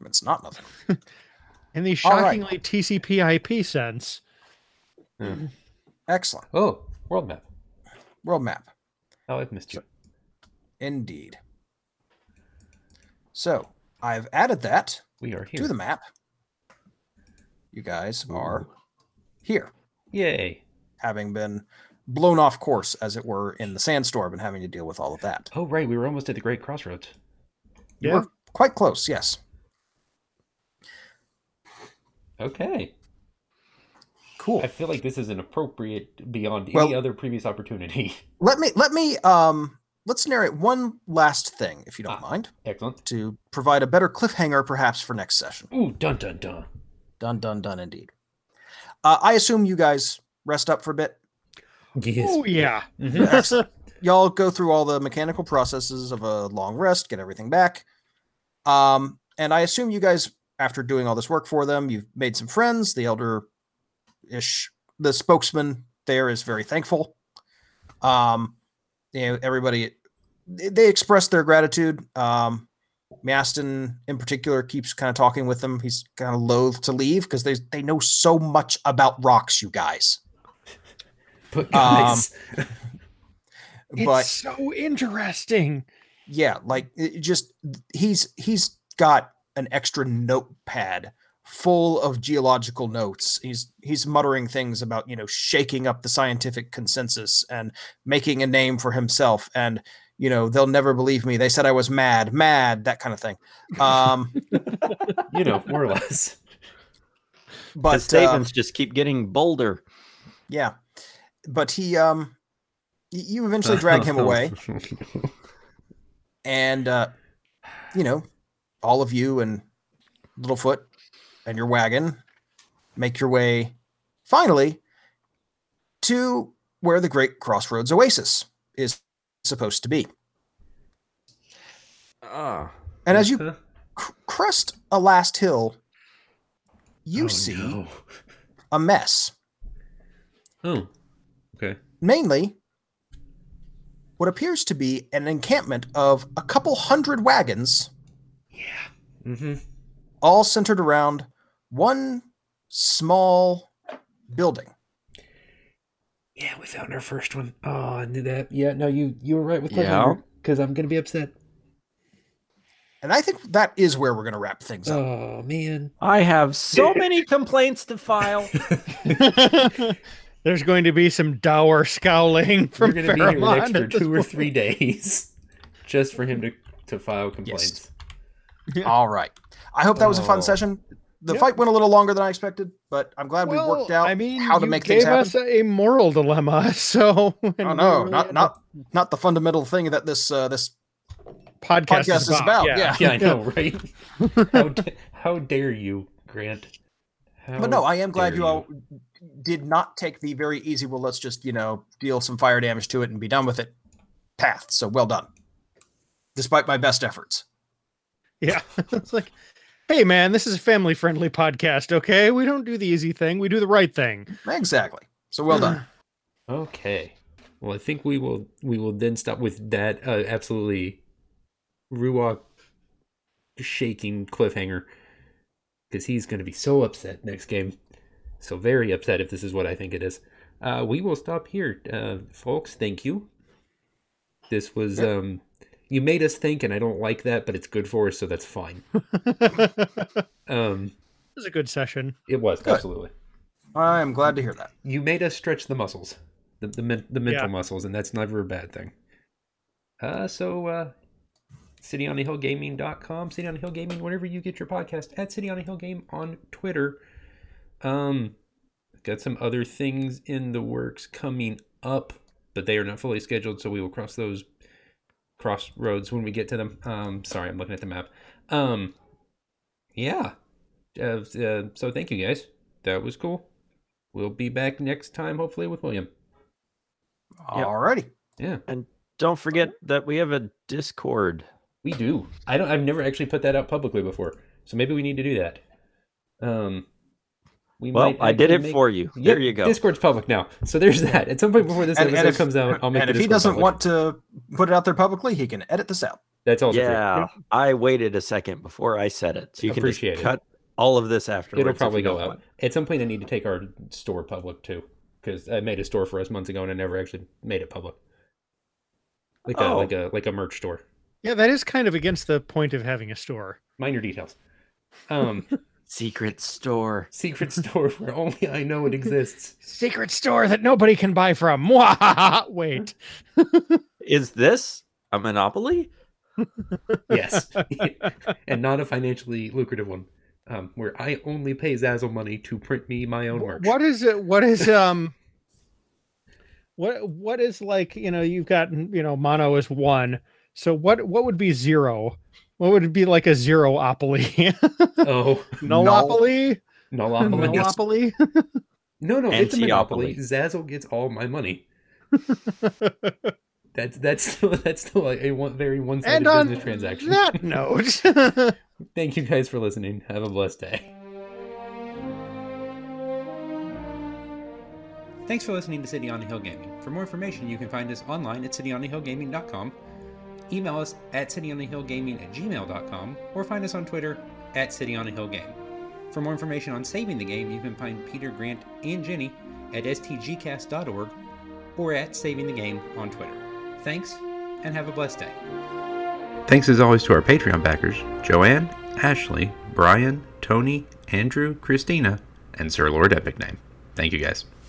Speaker 2: It's not nothing.
Speaker 3: in the
Speaker 2: All right.
Speaker 3: shockingly TCP/IP sense.
Speaker 2: Excellent
Speaker 7: Oh, world map.
Speaker 2: world map.
Speaker 7: Oh, I've missed you.
Speaker 2: Indeed. So I've added that
Speaker 7: We are here.
Speaker 2: to the map. You guys are here,
Speaker 7: Yay.
Speaker 2: having been blown off course, as it were, in the sandstorm and having to deal with all of that.
Speaker 7: Oh, right. We were almost at the Great Crossroads.
Speaker 2: You
Speaker 3: Yeah.
Speaker 2: were quite close, yes.
Speaker 7: Okay.
Speaker 2: Cool.
Speaker 7: I feel like this is an appropriate beyond any
Speaker 2: Well-
Speaker 7: other previous opportunity.
Speaker 2: Let me let me um let's narrate one last thing, if you don't
Speaker 7: Ah.
Speaker 2: mind,
Speaker 7: Excellent.
Speaker 2: to provide a better cliffhanger perhaps for next session.
Speaker 7: Ooh, dun dun dun.
Speaker 2: Done, done, done indeed. Uh, I assume you guys rest up for a bit.
Speaker 7: Yes.
Speaker 3: Oh yeah.
Speaker 7: Mhm.
Speaker 2: y'all go through all the mechanical processes of a long rest, get everything back. Um, and I assume you guys, after doing all this work for them, you've made some friends. The elder ish, the spokesman there is very thankful. Um, you know, everybody they- they express their gratitude. Um, Maston in particular keeps kind of talking with them. He's kind of loath to leave because they they know so much about rocks, you guys.
Speaker 7: But guys,
Speaker 3: It's
Speaker 2: but
Speaker 3: so interesting.
Speaker 2: yeah like it it just he's he's got an extra notepad full of geological notes he's he's muttering things about you know shaking up the scientific consensus and making a name for himself and you know they'll never believe me they said i was mad mad that kind of thing um
Speaker 7: you know, more or less.
Speaker 4: But
Speaker 2: but uh,
Speaker 4: statements just keep getting bolder.
Speaker 2: yeah but he um y- you eventually drag him away and uh, you know, all of you and Littlefoot and your wagon make your way finally to where the Great Crossroads Oasis is supposed to be.
Speaker 4: Ah.
Speaker 2: And as you
Speaker 3: Oh,
Speaker 7: Huh?
Speaker 2: cr- crest a last hill, you
Speaker 7: Oh,
Speaker 2: see
Speaker 7: no.
Speaker 2: a mess.
Speaker 7: Oh. Okay.
Speaker 2: mainly what appears to be an encampment of a couple hundred wagons. Yeah.
Speaker 3: Mm-hmm.
Speaker 7: Mhm.
Speaker 2: All centered around one small building.
Speaker 7: Yeah, we found our first one. Oh, I knew that. Yeah, no, you you were right with
Speaker 4: Yeah.
Speaker 7: because I'm gonna be upset.
Speaker 2: And I think that is where we're going to wrap things up.
Speaker 7: Oh man.
Speaker 4: I have so many complaints to file.
Speaker 3: There's going to be some dour scowling from
Speaker 7: We're gonna be here an
Speaker 3: Faramond
Speaker 7: extra
Speaker 3: at this
Speaker 7: two or
Speaker 3: point.
Speaker 7: three days just for him to to file complaints.
Speaker 3: Oh, Yeah.
Speaker 2: All right. I hope that was a fun
Speaker 7: Oh.
Speaker 2: session. The
Speaker 3: Yeah.
Speaker 2: fight went a little longer than I expected, but I'm glad we worked
Speaker 3: Well,
Speaker 2: out
Speaker 3: I mean,
Speaker 2: how to
Speaker 3: you
Speaker 2: make
Speaker 3: gave
Speaker 2: things happen.
Speaker 3: us a moral dilemma. So and
Speaker 2: oh
Speaker 3: we
Speaker 2: no,
Speaker 3: really
Speaker 2: not
Speaker 3: had
Speaker 2: not not the fundamental thing that this uh, this
Speaker 3: a podcast,
Speaker 2: podcast is about, yeah.
Speaker 7: Yeah, I know, right? how, da- how dare you, Grant? How
Speaker 2: But no, I am glad
Speaker 7: dare
Speaker 2: you all did not take the very easy, well, let's just, you know, deal some fire damage to it and be done with it path. So well done. Despite my best efforts.
Speaker 3: Yeah. it's like, hey, man, this is a family friendly podcast. Okay. We don't do the easy thing. We do the right thing.
Speaker 2: Exactly. So well done.
Speaker 7: Okay. Well, I think we will we will then stop with that uh, absolutely Ruok shaking cliffhanger because he's going to be so upset next game. So very upset if this is what I think it is. Uh, we will stop here, uh, folks. Thank you. This was um, you made us think, and I don't like that, but it's good for us, so that's fine.
Speaker 3: it
Speaker 7: Um,
Speaker 3: was a good session.
Speaker 7: it was
Speaker 2: Good.
Speaker 7: absolutely.
Speaker 2: I am glad to hear that.
Speaker 7: you made us stretch the muscles, the the, men- the mental
Speaker 3: Yeah.
Speaker 7: muscles, and that's never a bad thing. Uh, so uh, City on a Hill Gaming.com, City on a Hill Gaming, wherever you get your podcast, at City on a Hill Game on Twitter. Um, got some other things in the works coming up, but they are not fully scheduled, so we will cross those crossroads when we get to them. Um, sorry, I'm looking at the map. Um, yeah. Uh, uh, so thank you guys. That was cool. We'll be back next time, hopefully, with William.
Speaker 4: Yep.
Speaker 2: Alrighty.
Speaker 7: Yeah,
Speaker 4: Don't forget that we have a Discord.
Speaker 7: we do. I don't. I've never actually put that out publicly before, So maybe we need to do that. Um, we
Speaker 4: Well,
Speaker 7: might
Speaker 4: I did
Speaker 7: actually
Speaker 4: it
Speaker 7: make-
Speaker 4: for you.
Speaker 7: Yep,
Speaker 4: there you go.
Speaker 7: Discord's public now, so there's that. At some point before this
Speaker 2: And- and
Speaker 7: episode
Speaker 2: if-
Speaker 7: comes out, I'll make.
Speaker 2: and
Speaker 7: the
Speaker 2: if he
Speaker 7: Discord
Speaker 2: doesn't
Speaker 7: public.
Speaker 2: want to put it out there publicly, he can edit this out.
Speaker 7: that's also true.
Speaker 4: yeah, I waited a second before I said it, so you can just
Speaker 7: Appreciate it.
Speaker 4: cut all of this afterwards.
Speaker 7: It'll
Speaker 4: if
Speaker 7: probably
Speaker 4: you
Speaker 7: go
Speaker 4: don't
Speaker 7: out
Speaker 4: want.
Speaker 7: at some point. I need to take our store public too, because I made a store for us months ago and I never actually made it public. Like a
Speaker 4: Oh.
Speaker 7: like a like a merch store.
Speaker 3: Yeah, that is kind of against the point of having a store.
Speaker 7: Minor details. Um,
Speaker 4: Secret store.
Speaker 7: secret store where only I know it exists.
Speaker 3: Secret store that nobody can buy from. Mwahaha. Wait.
Speaker 4: Is this a monopoly?
Speaker 7: Yes, and not a financially lucrative one. Um, where I only pay Zazzle money to print me my own merch.
Speaker 3: Wh- What is it? What is um? What what is like? You know, you've got you know, mono is one. So what what would be zero? What would be like a zeroopoly?
Speaker 7: Oh,
Speaker 3: Nullopoly?
Speaker 7: nolopoly.
Speaker 3: Nullopoly?
Speaker 7: No, no, it's a monopoly.
Speaker 4: Antiopoly.
Speaker 7: Zazzle gets all my money. that's that's still, that's still a, a one, very one-sided
Speaker 3: And on
Speaker 7: business transaction.
Speaker 3: that note,
Speaker 7: Thank you guys for listening. Have a blessed day. Thanks for listening to City on the Hill Gaming. For more information, you can find us online at cityonthehillgaming.com, email us at cityonthehillgaming at gmail.com, or find us on Twitter at cityonthehillgame. For more information on saving the game, you can find Peter, Grant, and Jenny at stgcast.org or at Saving the Game on Twitter. Thanks, and have a blessed day. Thanks as always to our Patreon backers Joanne, Ashley, Brian, Tony, Andrew, Christina, and Sir Lord Epic Name. Thank you guys.